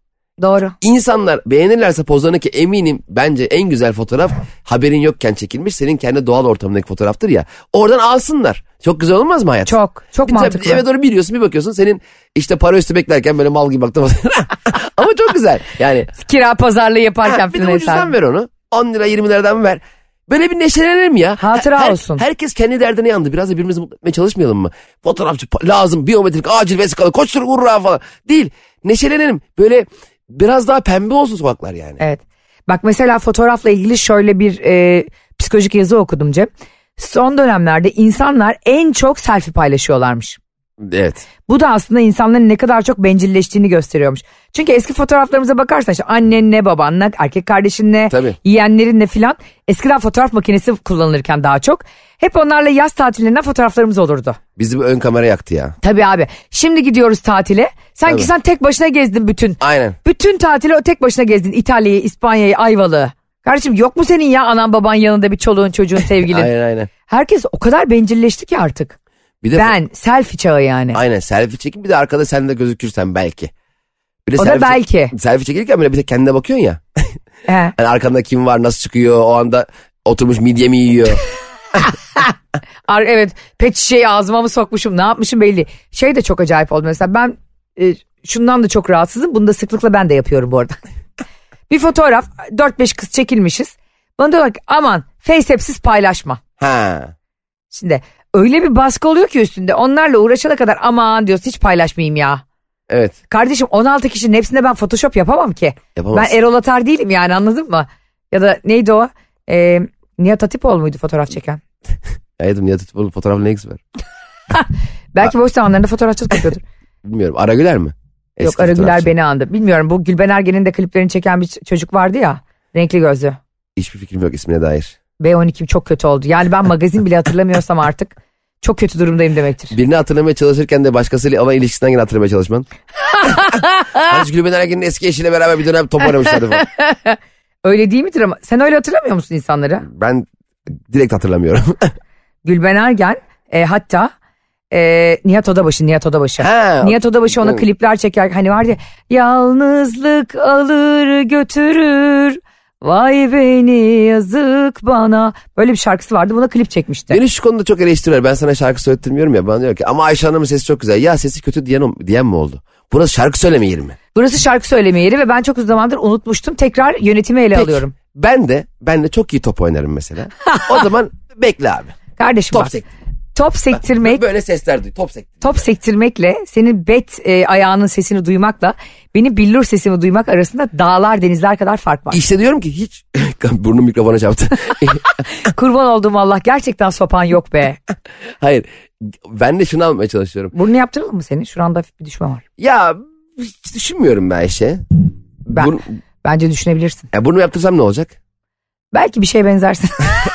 A: Doğru.
B: İnsanlar beğenirlerse pozlarını ki eminim bence en güzel fotoğraf haberin yokken çekilmiş senin kendi doğal ortamındaki fotoğraftır ya. Oradan alsınlar. Çok güzel olmaz mı hayat?
A: Çok. Çok
B: Bir E, tabii
A: mantıklı.
B: Eve doğru biliyorsun bir bakıyorsun senin işte para üstü beklerken böyle mal gibi baktım. (laughs) Ama çok güzel yani.
A: Kira pazarlığı yaparken
B: bir de
A: filan
B: ucuzdan
A: insan.
B: ver onu. 10 lira 20 liradan ver. Böyle bir neşelenelim ya.
A: Hatıra olsun.
B: Herkes kendi derdine yandı. Biraz da birbirimizi mutlu etmeye çalışmayalım mı? Fotoğrafçı pa- lazım, biyometrik, acil vesikalı, koştur hurra falan. Değil. Neşelenelim. Böyle biraz daha pembe olsun sokaklar yani.
A: Evet. Bak mesela fotoğrafla ilgili şöyle bir e, psikolojik yazı okudum Cem. Son dönemlerde insanlar en çok selfie paylaşıyorlarmış.
B: Evet.
A: Bu da aslında insanların ne kadar çok bencilleştiğini gösteriyormuş. Çünkü eski fotoğraflarımıza bakarsan işte annenle, babanla, erkek kardeşinle,
B: Tabii.
A: yeğenlerinle filan. Eskiden fotoğraf makinesi kullanılırken daha çok. Hep onlarla yaz tatilinden fotoğraflarımız olurdu.
B: Bizi bir ön kamera yaktı ya.
A: Tabii abi. Şimdi gidiyoruz tatile. Sanki
B: Tabii.
A: sen tek başına gezdin bütün.
B: Aynen.
A: Bütün tatili o tek başına gezdin. İtalya'yı, İspanya'yı, Ayvalık'ı. Kardeşim yok mu senin ya anan baban yanında bir çoluğun çocuğun sevgilin?
B: Aynen aynen.
A: Herkes o kadar bencilleşti ki artık.
B: Bir de
A: Ben selfie çağı yani.
B: Aynen selfie çekin bir de arkada sen de gözükürsen belki. Bir de
A: O da
B: selfie çek-
A: belki.
B: selfie çekilirken böyle bir de kendine bakıyorsun ya.
A: He.
B: Hani arkanda kim var nasıl çıkıyor o anda oturmuş midye mi yiyor.
A: (laughs) Ar- evet pet şişeyi ağzıma mı sokmuşum ne yapmışım belli. Şey de çok acayip oldu mesela ben e, şundan da çok rahatsızım. Bunu da sıklıkla ben de yapıyorum bu arada. (laughs) bir fotoğraf 4-5 kız çekilmişiz. Bana diyorlar ki aman FaceApp'siz paylaşma.
B: ha.
A: Şimdi öyle bir baskı oluyor ki üstünde onlarla uğraşana kadar aman diyorsun hiç paylaşmayayım ya.
B: Evet.
A: Kardeşim 16 kişinin hepsinde ben Photoshop yapamam ki.
B: Yapamazsın.
A: Ben Erol Atar değilim yani anladın mı? Ya da neydi o? Ee, Nihat Atipoğlu muydu fotoğraf çeken?
B: Hayatım Nihat Atipoğlu fotoğrafla ne ilgisi var?
A: Belki boş zamanlarında fotoğrafçılık yapıyordur.
B: Bilmiyorum. Ara Güler mi?
A: Yok
B: Eski
A: Ara Güler
B: fotoğrafçı.
A: beni andı. Bilmiyorum bu Gülben Ergen'in de kliplerini çeken bir ç- çocuk vardı ya. Renkli gözlü.
B: Hiçbir fikrim yok ismine dair.
A: B12 çok kötü oldu. Yani ben magazin bile hatırlamıyorsam artık çok kötü durumdayım demektir.
B: Birini hatırlamaya çalışırken de başkasıyla olan ilişkisinden gene
A: (laughs)
B: hatırlamaya çalışman. Hani şu Gülben Ergen'in eski eşiyle beraber bir dönem top oynamışlardı falan.
A: Öyle değil midir ama sen öyle hatırlamıyor musun insanları?
B: Ben
A: (laughs)
B: direkt hatırlamıyorum.
A: Gülben Ergen e, hatta e, Nihat Odabaşı, Nihat Odabaşı.
B: (laughs) Ha.
A: Nihat Odabaşı ona
B: Evet.
A: klipler çeker. Hani vardı ya, yalnızlık alır götürür. Vay beni yazık bana. Böyle bir şarkısı vardı. Buna klip çekmişti.
B: Beni şu konuda çok eleştiriyorlar. Ben sana şarkı söylettirmiyorum ya. Bana diyor ki ama Ayşe Hanım'ın sesi çok güzel. Ya sesi kötü diyen, o- diyen mi oldu? Burası şarkı söyleme yeri mi?
A: Burası şarkı söyleme yeri ve ben çok uzun zamandır unutmuştum. Tekrar yönetimi ele
B: Peki,
A: alıyorum.
B: Ben de ben de çok iyi top
A: (laughs)
B: oynarım mesela. o zaman bekle abi.
A: Kardeşim
B: Top
A: bak.
B: sek.
A: Top sektirmek,
B: Böyle sesler duy. Top sek.
A: top sektirmekle senin bet e, ayağının sesini duymakla benim billur sesimi duymak arasında dağlar denizler kadar fark var.
B: İşte diyorum ki hiç (laughs) burnum mikrofona (laughs) çarptı.
A: Kurban olduğum Allah gerçekten sopan yok
B: (laughs)
A: be.
B: Hayır. Ben de şunu almaya çalışıyorum.
A: Burnu yaptıralım mı senin? Şuranda hafif bir düşme var.
B: Ya hiç düşünmüyorum ben Ayşe.
A: Ben-
B: Burn,
A: Bence düşünebilirsin.
B: ya burnumu yaptırsam ne olacak?
A: Belki bir şeye benzersin. (laughs)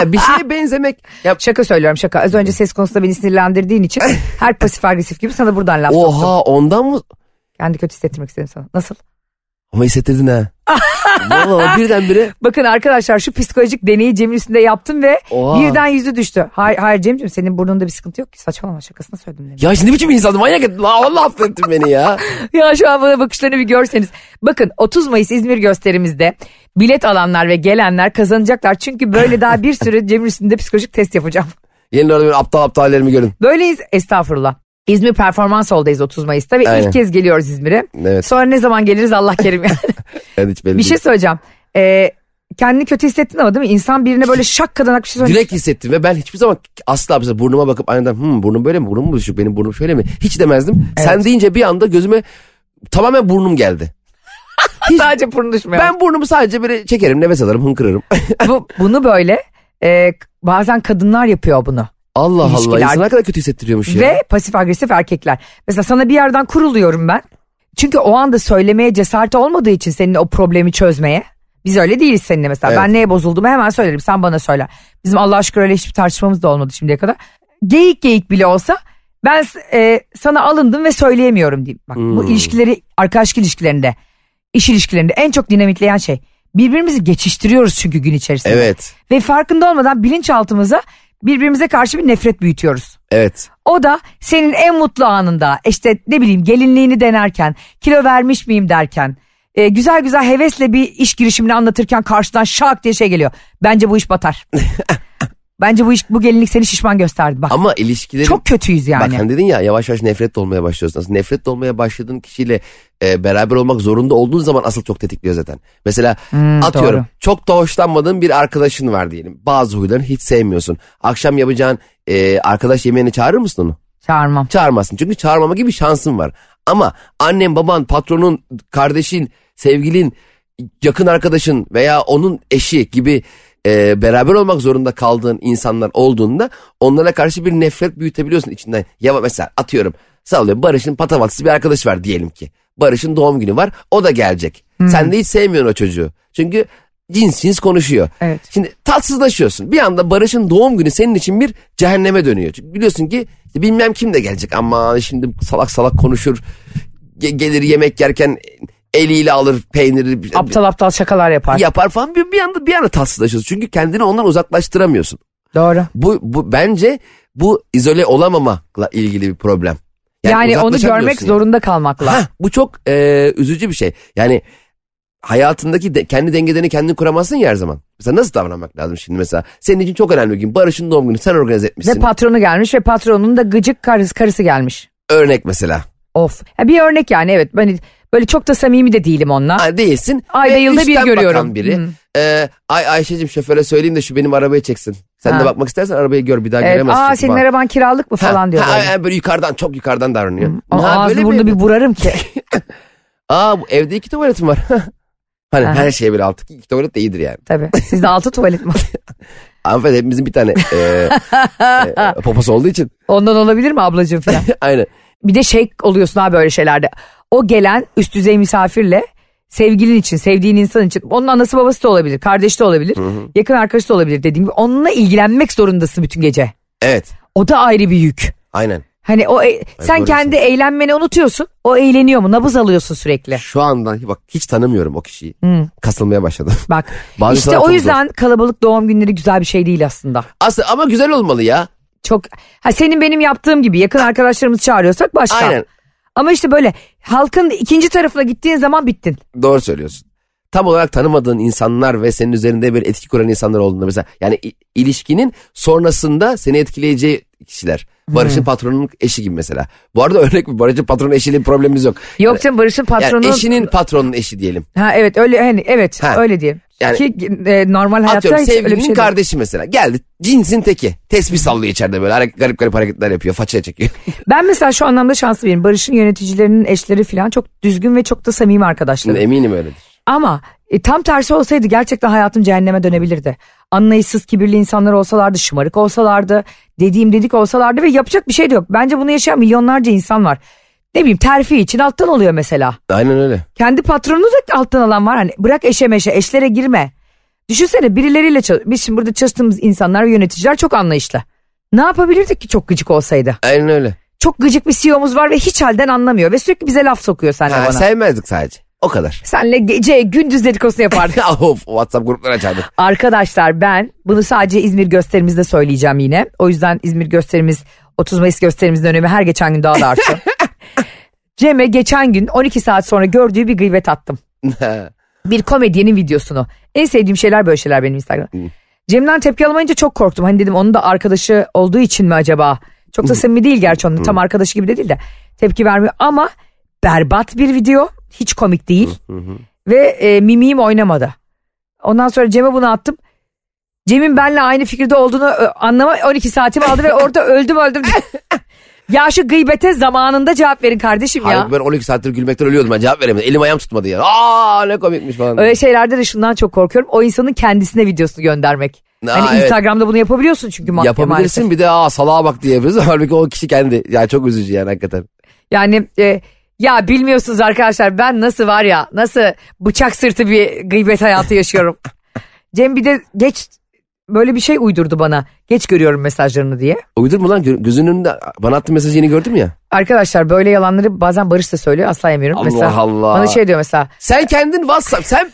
B: Ya bir şeye benzemek. (laughs) Ya,
A: şaka söylüyorum şaka. Az önce ses konusunda beni sinirlendirdiğin
B: (laughs)
A: için her pasif agresif gibi sana buradan laf soktum.
B: oha ondan mı?
A: Kendi kötü hissettirmek istedim sana. Nasıl?
B: Ama hissettirdin (laughs) ha. Vallahi birdenbire.
A: Bakın arkadaşlar şu psikolojik deneyi Cem'in üstünde yaptım ve
B: Oha.
A: birden yüzü düştü. Hayır, hayır Cem'ciğim senin burnunda bir sıkıntı yok ki. Saçmalama şakasını söyledim. demin.
B: Ya şimdi ne biçim insandı manyak et. La Allah affettin beni ya.
A: Ya şu an bana bakışlarını bir görseniz. Bakın 30 Mayıs İzmir gösterimizde bilet alanlar ve gelenler kazanacaklar. Çünkü böyle daha bir (laughs) sürü Cem'in üstünde psikolojik test yapacağım.
B: Yeni orada böyle aptal aptal hallerimi görün.
A: Böyleyiz estağfurullah. İzmir Performans Hall'dayız 30 Mayıs'ta ve
B: Aynen.
A: ilk kez geliyoruz İzmir'e.
B: Evet.
A: Sonra ne zaman geliriz Allah kerim (laughs) yani.
B: Yani hiç belli
A: bir şey
B: değil.
A: söyleyeceğim. Ee, kendini kötü hissettin ama değil mi? İnsan birine böyle şak kadanak bir şey söylüyor.
B: Direkt hissettim ve ben hiçbir zaman asla mesela burnuma bakıp aniden "Hmm, burnum böyle mi burnum mu düşük benim burnum şöyle mi hiç demezdim. Sen deyince bir anda gözüme tamamen burnum geldi. Hiç-
A: Sadece burnu düşmüyor.
B: ben burnumu sadece böyle çekerim nefes alırım hınkırırım. (laughs)
A: Bu, bunu böyle e, bazen kadınlar yapıyor bunu.
B: Allah Allah
A: İlişkiler-
B: insana kadar kötü hissettiriyormuş ya.
A: Ve pasif agresif erkekler. Mesela sana bir yerden kuruluyorum ben. Çünkü o anda söylemeye cesaret olmadığı için senin o problemi çözmeye. Biz öyle değiliz seninle mesela.
B: Evet.
A: Ben neye bozulduğumu hemen söylerim. Sen bana söyle. Bizim Allah'a şükür öyle hiçbir tartışmamız da olmadı şimdiye kadar. Geyik geyik bile olsa ben e, sana alındım ve söyleyemiyorum diyeyim. Bak bu
B: Hmm.
A: ilişkileri arkadaş ilişkilerinde, iş ilişkilerinde en çok dinamitleyen şey. Birbirimizi geçiştiriyoruz çünkü gün içerisinde.
B: Evet
A: Ve farkında olmadan bilinçaltımıza birbirimize karşı bir nefret büyütüyoruz.
B: evet
A: O da senin en mutlu anında işte ne bileyim gelinliğini denerken kilo vermiş miyim derken e, güzel güzel hevesle bir iş girişimini anlatırken karşıdan şak diye şey geliyor. Bence bu iş
B: (laughs)
A: batar. Bence bu iş bu gelinlik seni şişman gösterdi bak.
B: ama ilişkileri
A: çok kötüyüz yani.
B: Bak hani dedin ya yavaş yavaş nefret dolmaya başlıyorsun. Aslında nefret dolmaya başladığın kişiyle e, e, beraber olmak zorunda olduğun zaman asıl çok tetikliyor zaten. Mesela atıyorum
A: Hmm, doğru.
B: çok da hoşlanmadığın bir arkadaşın var diyelim. Bazı huylarını hiç sevmiyorsun. Akşam yapacağın e, arkadaş yemeğine çağırır mısın onu?
A: Çağırmam.
B: Çağırmazsın çünkü çağırmama gibi şansın var. Ama annen, baban, patronun, kardeşin, sevgilin, yakın arkadaşın veya onun eşi gibi e, beraber olmak zorunda kaldığın insanlar olduğunda onlara karşı bir nefret büyütebiliyorsun içinden. Ya mesela atıyorum sallıyorum Barış'ın patavatsız bir arkadaş var diyelim ki. Barış'ın doğum günü var o da gelecek. Sen de hiç sevmiyorsun o çocuğu. Çünkü cins cins konuşuyor.
A: Evet.
B: Şimdi tatsızlaşıyorsun. Bir anda Barış'ın doğum günü senin için bir cehenneme dönüyor. Çünkü biliyorsun ki işte bilmem kim de gelecek ama şimdi salak salak konuşur. Ge- gelir yemek yerken eliyle alır peyniri
A: Aptal aptal şakalar yapar.
B: yapar falan. Bir, bir anda bir anda tatsızlaşıyorsun. Çünkü kendini ondan uzaklaştıramıyorsun.
A: Doğru.
B: Bu, bu bence bu izole olamamakla ilgili bir problem.
A: Yani, onu görmek
B: uzaklaşamıyorsun yani.
A: zorunda kalmakla.
B: Hah, bu çok e, üzücü bir şey. Yani hayatındaki de- kendi dengelerini kendin kuramazsın ya her zaman. Mesela nasıl davranmak lazım şimdi mesela? Senin için çok önemli bir gün. Barış'ın doğum günü sen organize
A: Ve
B: etmişsin.
A: patronu gelmiş ve patronun da gıcık karısı, karısı gelmiş.
B: Örnek mesela.
A: Of. Ya bir örnek yani evet. Böyle, böyle çok da samimi de değilim onunla.
B: Ha, değilsin.
A: Ayda
B: Ve
A: yılda bir
B: üstten
A: görüyorum. Hmm.
B: bakan biri.
A: Hı.
B: E, ay Ayşe'cim şoföre söyleyeyim de şu benim arabaya çeksin. Sen
A: Ha.
B: de bakmak istersen arabayı gör bir daha
A: Evet,
B: göremezsin.
A: Ee, Aa senin
B: falan.
A: araban kiralık mı falan
B: Ha,
A: diyor.
B: ha,
A: böyle. Hmm.
B: ha, böyle yukarıdan çok yukarıdan davranıyor.
A: Ama
B: Ha,
A: ağzı
B: böyle
A: burnunu
B: mi?
A: bir burarım
B: (laughs)
A: ki.
B: Aa bu evde iki tuvaletim var. (laughs) hani
A: Ha.
B: her şey böyle altı iki tuvalet de iyidir yani.
A: Tabii. Sizde altı tuvalet mi?
B: Hanımefendi hepimizin bir tane e, e, poposu olduğu için. (laughs)
A: Ondan olabilir mi ablacığım falan.
B: Aynen.
A: Bir de şey oluyorsun abi böyle şeylerde. O gelen üst düzey misafirle sevgilin için, sevdiğin insan için. Onun anası babası da olabilir, kardeş de olabilir, yakın arkadaşı da olabilir dediğim gibi. Onunla ilgilenmek zorundasın bütün gece.
B: Evet.
A: O da ayrı bir yük.
B: Aynen.
A: Hani o e- sen
B: doğru
A: kendi eğlenmeni unutuyorsun. O eğleniyor mu? Nabız alıyorsun sürekli.
B: Şu andan bak hiç tanımıyorum o kişiyi. Kasılmaya başladım. (laughs)
A: Bak
B: Bazı
A: işte
B: insanlar
A: o
B: çok
A: yüzden kalabalık doğum günleri güzel bir şey değil aslında.
B: Aslında ama güzel olmalı ya.
A: Çok ha senin benim yaptığım gibi yakın arkadaşlarımızı çağırıyorsak başka.
B: Aynen.
A: Ama işte böyle halkın ikinci tarafına gittiğin zaman bittin.
B: Doğru söylüyorsun. Tam olarak tanımadığın insanlar ve senin üzerinde bir etki kuran insanlar olduğunda mesela yani i- ilişkinin sonrasında seni etkileyeceği kişiler. Barış'ın patronunun eşi gibi mesela. Bu arada (laughs) örnek bir Barış'ın patronun eşiyle bir problemimiz yok.
A: Yok canım Barış'ın
B: Yani
A: patronu.
B: eşinin patronunun eşi diyelim.
A: Ha evet öyle hani evet
B: Ha.
A: öyle diyeyim.
B: Yani-
A: Ki e, normal hayatta
B: Atıyorum
A: hiç öyle bir
B: sevgilinin
A: şey değil.
B: kardeşi mesela. Geldi cinsin teki. Tesbih sallıyor içeride böyle. Hare- Garip garip hareketler yapıyor.
A: (laughs)
B: Façaya çekiyor.
A: Ben mesela şu anlamda şanslıyım. Barış'ın yöneticilerinin eşleri falan çok düzgün ve çok da samimi arkadaşlarım.
B: Eminim öyledir.
A: Ama e, tam tersi olsaydı gerçekten hayatım cehenneme dönebilirdi. Anlayışsız kibirli insanlar olsalardı, şımarık olsalardı, dediğim dedik olsalardı ve yapacak bir şey de yok. Bence bunu yaşayan milyonlarca insan var. Ne bileyim terfi için alttan oluyor mesela.
B: Aynen öyle.
A: Kendi patronunu da alttan alan var. Hani bırak eşe meşe, eşlere girme. Düşünsene birileriyle çalış- biz şimdi burada çalıştığımız insanlar ve yöneticiler çok anlayışlı. Ne yapabilirdik ki çok gıcık olsaydı?
B: Aynen öyle.
A: Çok gıcık bir CEO'muz var ve hiç halden anlamıyor ve sürekli bize laf sokuyor senle
B: Ha,
A: bana.
B: sevmezdik sadece. O kadar. (laughs)
A: Senle gece gündüz dedikodusunu yapardık.
B: of WhatsApp grupları açardık. (laughs)
A: Arkadaşlar ben bunu sadece İzmir gösterimizde söyleyeceğim yine. O yüzden İzmir gösterimiz 30 Mayıs gösterimizin önemi her geçen gün daha da artıyor. Cem'e geçen gün 12 saat sonra gördüğü bir gıybet attım. Bir komedyenin videosunu. En sevdiğim şeyler böyle şeyler benim Instagram'da. Cem'den tepki alamayınca çok korktum. Hani dedim onun da arkadaşı olduğu için mi acaba? Çok da samimi değil gerçi onun tam arkadaşı gibi de değil de. Tepki vermiyor ama berbat bir video. Hiç komik değil. Ve e, mimiğim oynamadı. Ondan sonra Cem'e bunu attım. Cem'in benle aynı fikirde olduğunu ö, anlama 12 saatimi aldı ve orada öldüm öldüm. (laughs) ya şu gıybete zamanında cevap verin kardeşim ya.
B: Halbuki ben 12 saattir gülmekten ölüyordum. Ben cevap veremedim. Elim ayağım tutmadı ya. Aa ne komikmiş falan.
A: Öyle şey şeylerde de şundan çok korkuyorum. O insanın kendisine videosunu göndermek.
B: Aa,
A: hani
B: evet.
A: Instagram'da bunu yapabiliyorsun çünkü ma-
B: Yapabilirsin
A: maalesef.
B: bir de aa salağa bak diyebiliriz. (laughs) Halbuki o kişi kendi. Ya çok üzücü yani hakikaten.
A: Yani e, ya bilmiyorsunuz arkadaşlar ben nasıl var ya nasıl bıçak sırtı bir gıybet hayatı
B: (laughs)
A: yaşıyorum. Cem bir de geç böyle bir şey uydurdu bana. Geç görüyorum mesajlarını diye.
B: Uydurma lan gö- gözünün önünde. Bana attığın mesajı yeni gördüm ya.
A: Arkadaşlar böyle yalanları bazen Barış da söylüyor asla yemiyorum.
B: Allah
A: mesela,
B: Allah.
A: Bana şey diyor mesela
B: Sen kendin WhatsApp sen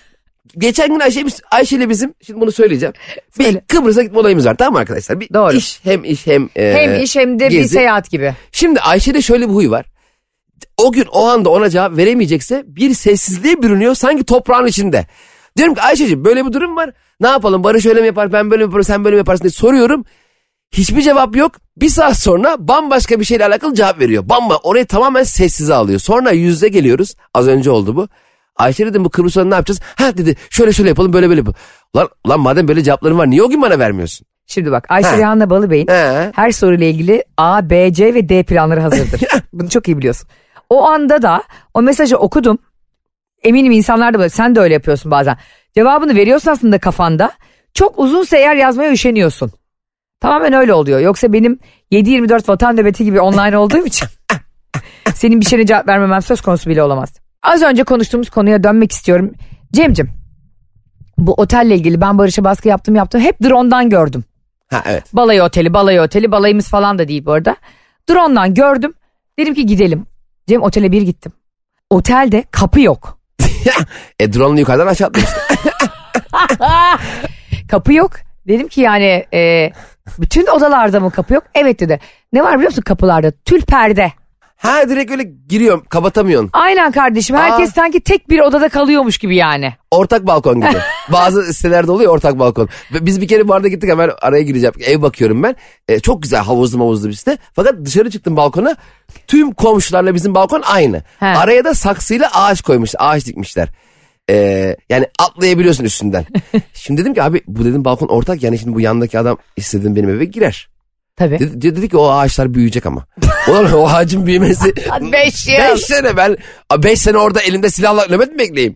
B: geçen gün Ayşe, Ayşe'yle bizim şimdi bunu söyleyeceğim. Bir
A: Söyle.
B: Kıbrıs'a gitme olayımız var tamam mı arkadaşlar? Bir
A: Doğru.
B: iş hem iş hem e,
A: hem iş hem de bir
B: gezi.
A: seyahat gibi.
B: Şimdi Ayşe'de şöyle bir huy var. O gün o anda ona cevap veremeyecekse bir sessizliğe bürünüyor sanki toprağın içinde. Diyorum ki Ayşe'ciğim böyle bir durum var. Ne yapalım Barış öyle mi yapar ben böyle mi yaparım sen böyle mi yaparsın diye soruyorum. Hiçbir cevap yok. Bir saat sonra bambaşka bir şeyle alakalı cevap veriyor. Bamba orayı tamamen sessize alıyor. Sonra yüzde geliyoruz. Az önce oldu bu. Ayşe dedim bu Kıbrıs'ta ne yapacağız? Ha dedi şöyle şöyle yapalım böyle böyle yapalım. Ulan, ulan madem böyle cevapların var niye o gün bana vermiyorsun?
A: Şimdi bak Ayşe
B: Ha.
A: Rihanna Balıbey'in
B: He.
A: her soruyla ilgili A, B, C ve D planları hazırdır. Bunu çok iyi biliyorsun. O anda da o mesajı okudum. Eminim insanlar da böyle sen de öyle yapıyorsun bazen. Cevabını veriyorsun aslında kafanda. Çok uzunsa eğer yazmaya üşeniyorsun. Tamamen öyle oluyor. Yoksa benim 7-24 vatan nöbeti gibi online olduğum için senin bir şeyine cevap vermemem söz konusu bile olamaz. Az önce konuştuğumuz konuya dönmek istiyorum. Cem'cim bu otelle ilgili ben Barış'a baskı yaptım yaptım hep drone'dan gördüm.
B: Ha evet.
A: Balayı oteli, balayı oteli, balayımız falan da değil bu arada. Drone'dan gördüm. Dedim ki gidelim. Cem otele bir gittim. Otelde kapı yok.
B: E drone'u yukarıdan aşağı atmıştı.
A: Kapı yok. Dedim ki yani e, bütün odalarda mı kapı yok? Evet dedi. Ne var biliyor musun kapılarda? Tül perde.
B: ha direkt öyle giriyorum kapatamıyorsun.
A: Aynen kardeşim. Herkes
B: Aa.
A: sanki tek bir odada kalıyormuş gibi yani.
B: Ortak balkon gibi. Bazı sitelerde oluyor ortak balkon. Ve Biz bir kere bu arada gittik hemen araya gireceğim. Ev bakıyorum ben. E, çok güzel havuzlu havuzlu bir site. Fakat dışarı çıktım balkona. Tüm komşularla bizim balkon aynı.
A: He.
B: Araya da saksıyla ağaç koymuş. Ağaç dikmişler. E, yani atlayabiliyorsun üstünden. şimdi dedim ki abi bu dedim balkon ortak. Yani şimdi bu yandaki adam istediğin benim eve girer.
A: Tabii.
B: Dedi, dedi ki o ağaçlar büyüyecek ama. Ulan o ağacın büyümesi...
A: Beş yıl.
B: 5 sene ben 5 sene orada elimde silahla nöbet mi bekleyeyim?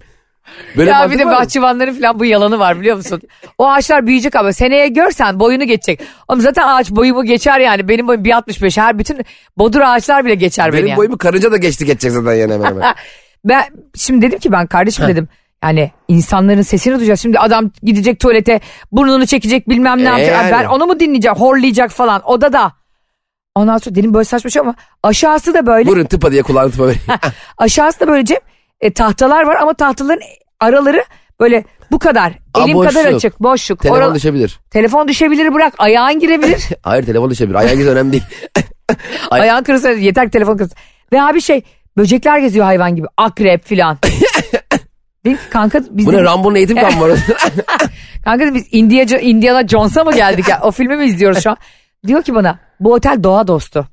B: Böyle
A: Ya
B: mantık
A: bir de
B: var mı?
A: bahçıvanların falan bu yalanı var biliyor musun? O ağaçlar büyüyecek ama seneye görsen boyunu geçecek. Oğlum zaten ağaç boyumu geçer yani. Benim boyum 1.65 her bütün bodur ağaçlar bile geçer beni.
B: Benim
A: yani.
B: boyumu karınca da geçti geçecek zaten yani hemen
A: (laughs)
B: hemen.
A: Ha, ben şimdi dedim ki ben kardeşim dedim. Yani insanların sesini duyacağız. Şimdi adam gidecek tuvalete burnunu çekecek bilmem ne
B: E,
A: yapacak. Ay, Ben
B: yani.
A: onu mu dinleyeceğim horlayacak falan odada. Ondan sonra dedim böyle saçma şey ama aşağısı da böyle.
B: Buyurun tıpa diye kulağını tıpa
A: (laughs)
B: vereyim.
A: Aşağısı da böylece e, tahtalar var ama tahtaların araları böyle bu kadar.
B: Aa,
A: Elim kadar
B: boşluk.
A: açık boşluk.
B: Telefon
A: Oralar-
B: düşebilir.
A: telefon düşebilir bırak ayağın girebilir.
B: Hayır telefon düşebilir. Ayağın
A: (laughs)
B: giz önemli değil. (laughs) Ay-
A: Ayağın kırılsa yeter ki telefon kırılsın. Ve abi şey böcekler geziyor hayvan gibi akrep
B: (laughs)
A: filan. Dedim ki kanka biz,
B: Bu ne
A: dedim- (laughs)
B: Rambo'nun eğitim kampı var.
A: kanka dedim biz India, Indiana Jones'a mı geldik ya? O filmi mi izliyoruz şu an? Diyor ki bana bu otel doğa
B: (laughs)
A: dostu.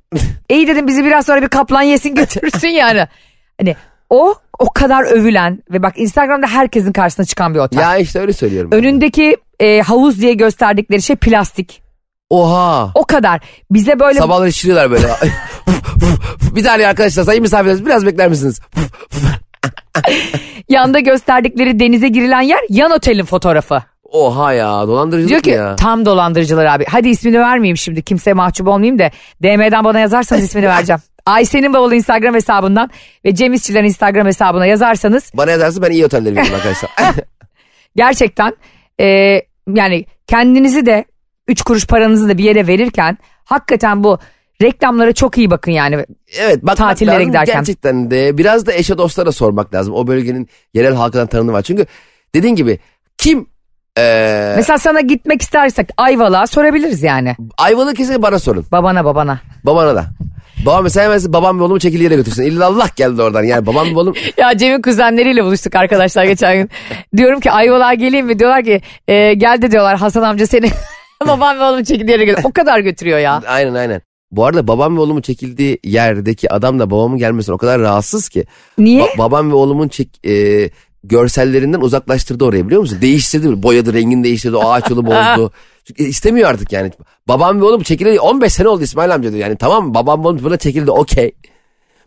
A: İyi dedim bizi biraz sonra bir kaplan yesin götürsün yani. Hani o o kadar övülen ve bak Instagram'da herkesin karşısına çıkan bir otel.
B: (laughs) ya işte öyle söylüyorum.
A: Önündeki e, havuz diye gösterdikleri şey plastik.
B: Oha.
A: O kadar. Bize böyle
B: Sabahları şişiriyorlar böyle. (laughs) bir tane arkadaşlar sayın misafirlerimiz biraz bekler misiniz?
A: yanda gösterdikleri denize girilen yer yan otelin fotoğrafı.
B: Oha ya dolandırıcılık
A: Diyor ki
B: ya.
A: tam dolandırıcılar abi. Hadi ismini vermeyeyim şimdi kimseye mahcup olmayayım da DM'den bana yazarsanız ismini
B: (laughs)
A: vereceğim. Ayşe'nin babalı Instagram hesabından ve Cem İşçilerin Instagram hesabına yazarsanız
B: Bana yazarsa ben iyi otelleri bilirim arkadaşlar.
A: (laughs) gerçekten e, yani kendinizi de 3 kuruş paranızı da bir yere verirken hakikaten bu reklamlara çok iyi bakın yani.
B: Evet bakmak
A: Tatillere
B: lazım
A: giderken.
B: gerçekten de biraz da eşe dostlara sormak lazım. O bölgenin yerel halkından tanımı var. Çünkü dediğin gibi kim eee
A: Mesela sana gitmek istersek Ayvalık'a sorabiliriz yani.
B: Ayvalık kesin bana sorun.
A: Babana babana.
B: Babana da. Babam mesela hemen size babam bir oğlumu çekili yere götürsün. İlla Allah geldi oradan. Yani babam bir oğlum
A: Ya Cem'in kuzenleriyle buluştuk arkadaşlar geçen gün. Diyorum ki Ayvalık'a geleyim mi? Diyorlar ki "E, gel de diyorlar Hasan amca seni (laughs) babam ve oğlum çekildiği yere götür. O kadar götürüyor ya.
B: aynen aynen. Bu arada babam ve oğlumun çekildiği yerdeki adam da babamın gelmesine o kadar rahatsız ki.
A: Niye?
B: Ba- babam ve oğlumun çek, eee, görsellerinden uzaklaştırdı orayı biliyor musun? Değiştirdi. Boyadı rengini değiştirdi. O
A: (laughs)
B: ağaç yolu bozdu. Çünkü istemiyor artık yani. Babam ve oğlum çekildi. 15 sene oldu İsmail amca diyor. Yani tamam babam ve oğlum buna çekildi okey.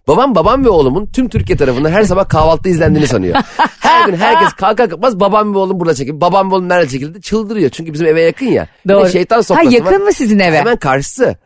B: Babam babam ve oğlumun tüm Türkiye tarafından her sabah kahvaltıda
A: (laughs)
B: izlendiğini sanıyor. Her gün herkes kalkar kalkmaz babam ve oğlum burada çekildi. Babam ve oğlum nerede çekildi? Çıldırıyor çünkü bizim eve yakın ya. Bir de
A: Doğru.
B: şeytan sofrası
A: ha
B: var.
A: yakın mı sizin eve?
B: Hemen karşısı.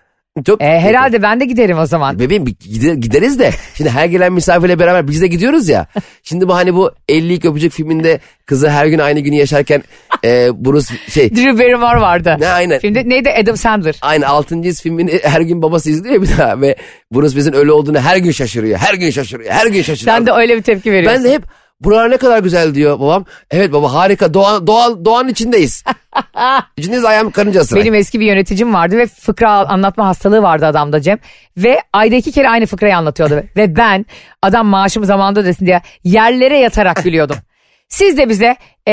B: Çok
A: E, herhalde ben de giderim o zaman.
B: Bebeğim bir gide- gideriz de şimdi her gelen misafirle beraber biz de gidiyoruz ya. Şimdi bu hani bu 50 ilk öpücük filminde kızı her gün aynı günü yaşarken e, Bruce
A: (laughs)
B: şey
A: Drew Barrymore vardı.
B: Ne, aynen.
A: Filmde neydi Adam Sandler.
B: aynı 6. iz filmini her gün babası izliyor ya bir daha ve Bruce bizim ölü olduğunu her gün şaşırıyor. Her gün şaşırıyor. Her gün şaşırıyor.
A: Sen de öyle bir tepki veriyorsun.
B: ben de hep buralar ne kadar güzel diyor babam. Evet baba harika doğan doğan
A: (laughs)
B: doğan içindeyiz. İçindeyiz ayağım karıncası.
A: Benim eski bir yöneticim vardı ve fıkra anlatma hastalığı vardı adamda Cem. Ve ayda iki kere aynı fıkrayı anlatıyordu. ve ben adam maaşımı zamanında ödesin diye yerlere yatarak gülüyordum. Siz de bize e,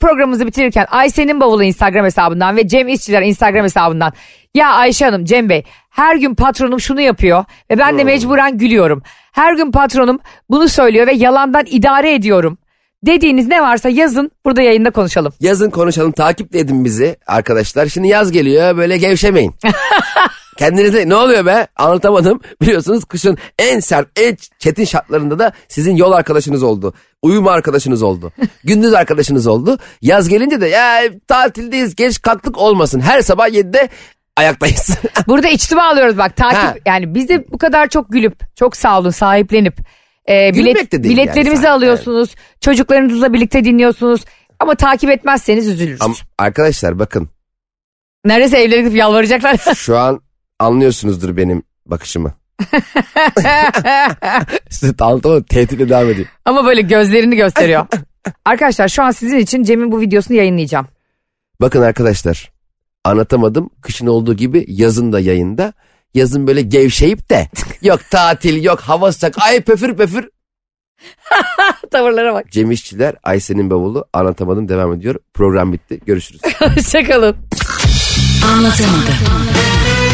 A: programımızı bitirirken Ayşe'nin bavulu Instagram hesabından ve Cem İşçiler Instagram hesabından Ya Ayşe Hanım, Cem Bey her gün patronum şunu yapıyor ve ben de mecburen gülüyorum. Her gün patronum bunu söylüyor ve yalandan idare ediyorum. Dediğiniz ne varsa yazın burada yayında konuşalım.
B: Yazın konuşalım takip de edin bizi arkadaşlar. Şimdi yaz geliyor böyle gevşemeyin. Kendinize ne oluyor be anlatamadım. Biliyorsunuz kışın en sert en çetin şartlarında da sizin yol arkadaşınız oldu. Uyuma arkadaşınız oldu. Gündüz arkadaşınız oldu. Yaz gelince de ya tatildeyiz geç kalktık olmasın. Her sabah 7'de ayaktayız. (laughs)
A: Burada içtima alıyoruz bak takip
B: Ha.
A: yani biz de bu kadar çok gülüp çok sağ olun sahiplenip e,
B: Gülmek
A: bilet,
B: de değil yani
A: biletlerimizi
B: sahip-
A: alıyorsunuz çocuklarınızla birlikte dinliyorsunuz ama takip etmezseniz üzülürüz.
B: Ama arkadaşlar bakın
A: Neredeyse evlere gidip
B: (laughs)
A: yalvaracaklar.
B: şu an anlıyorsunuzdur benim bakışımı. Size anlatamadım tehditle devam edeyim.
A: ama böyle gözlerini gösteriyor. Arkadaşlar şu an sizin için Cem'in bu videosunu yayınlayacağım.
B: Bakın arkadaşlar anlatamadım kışın olduğu gibi yazın da yayında. Yazın böyle gevşeyip de yok tatil yok hava sıcak ay pöfür pöfür.
A: Tavırlara bak. (laughs)
B: Cem İşçiler Ayşe'nin bavulu anlatamadım devam ediyor. Program bitti görüşürüz.
A: Hoşçakalın.
C: Anlatamadım.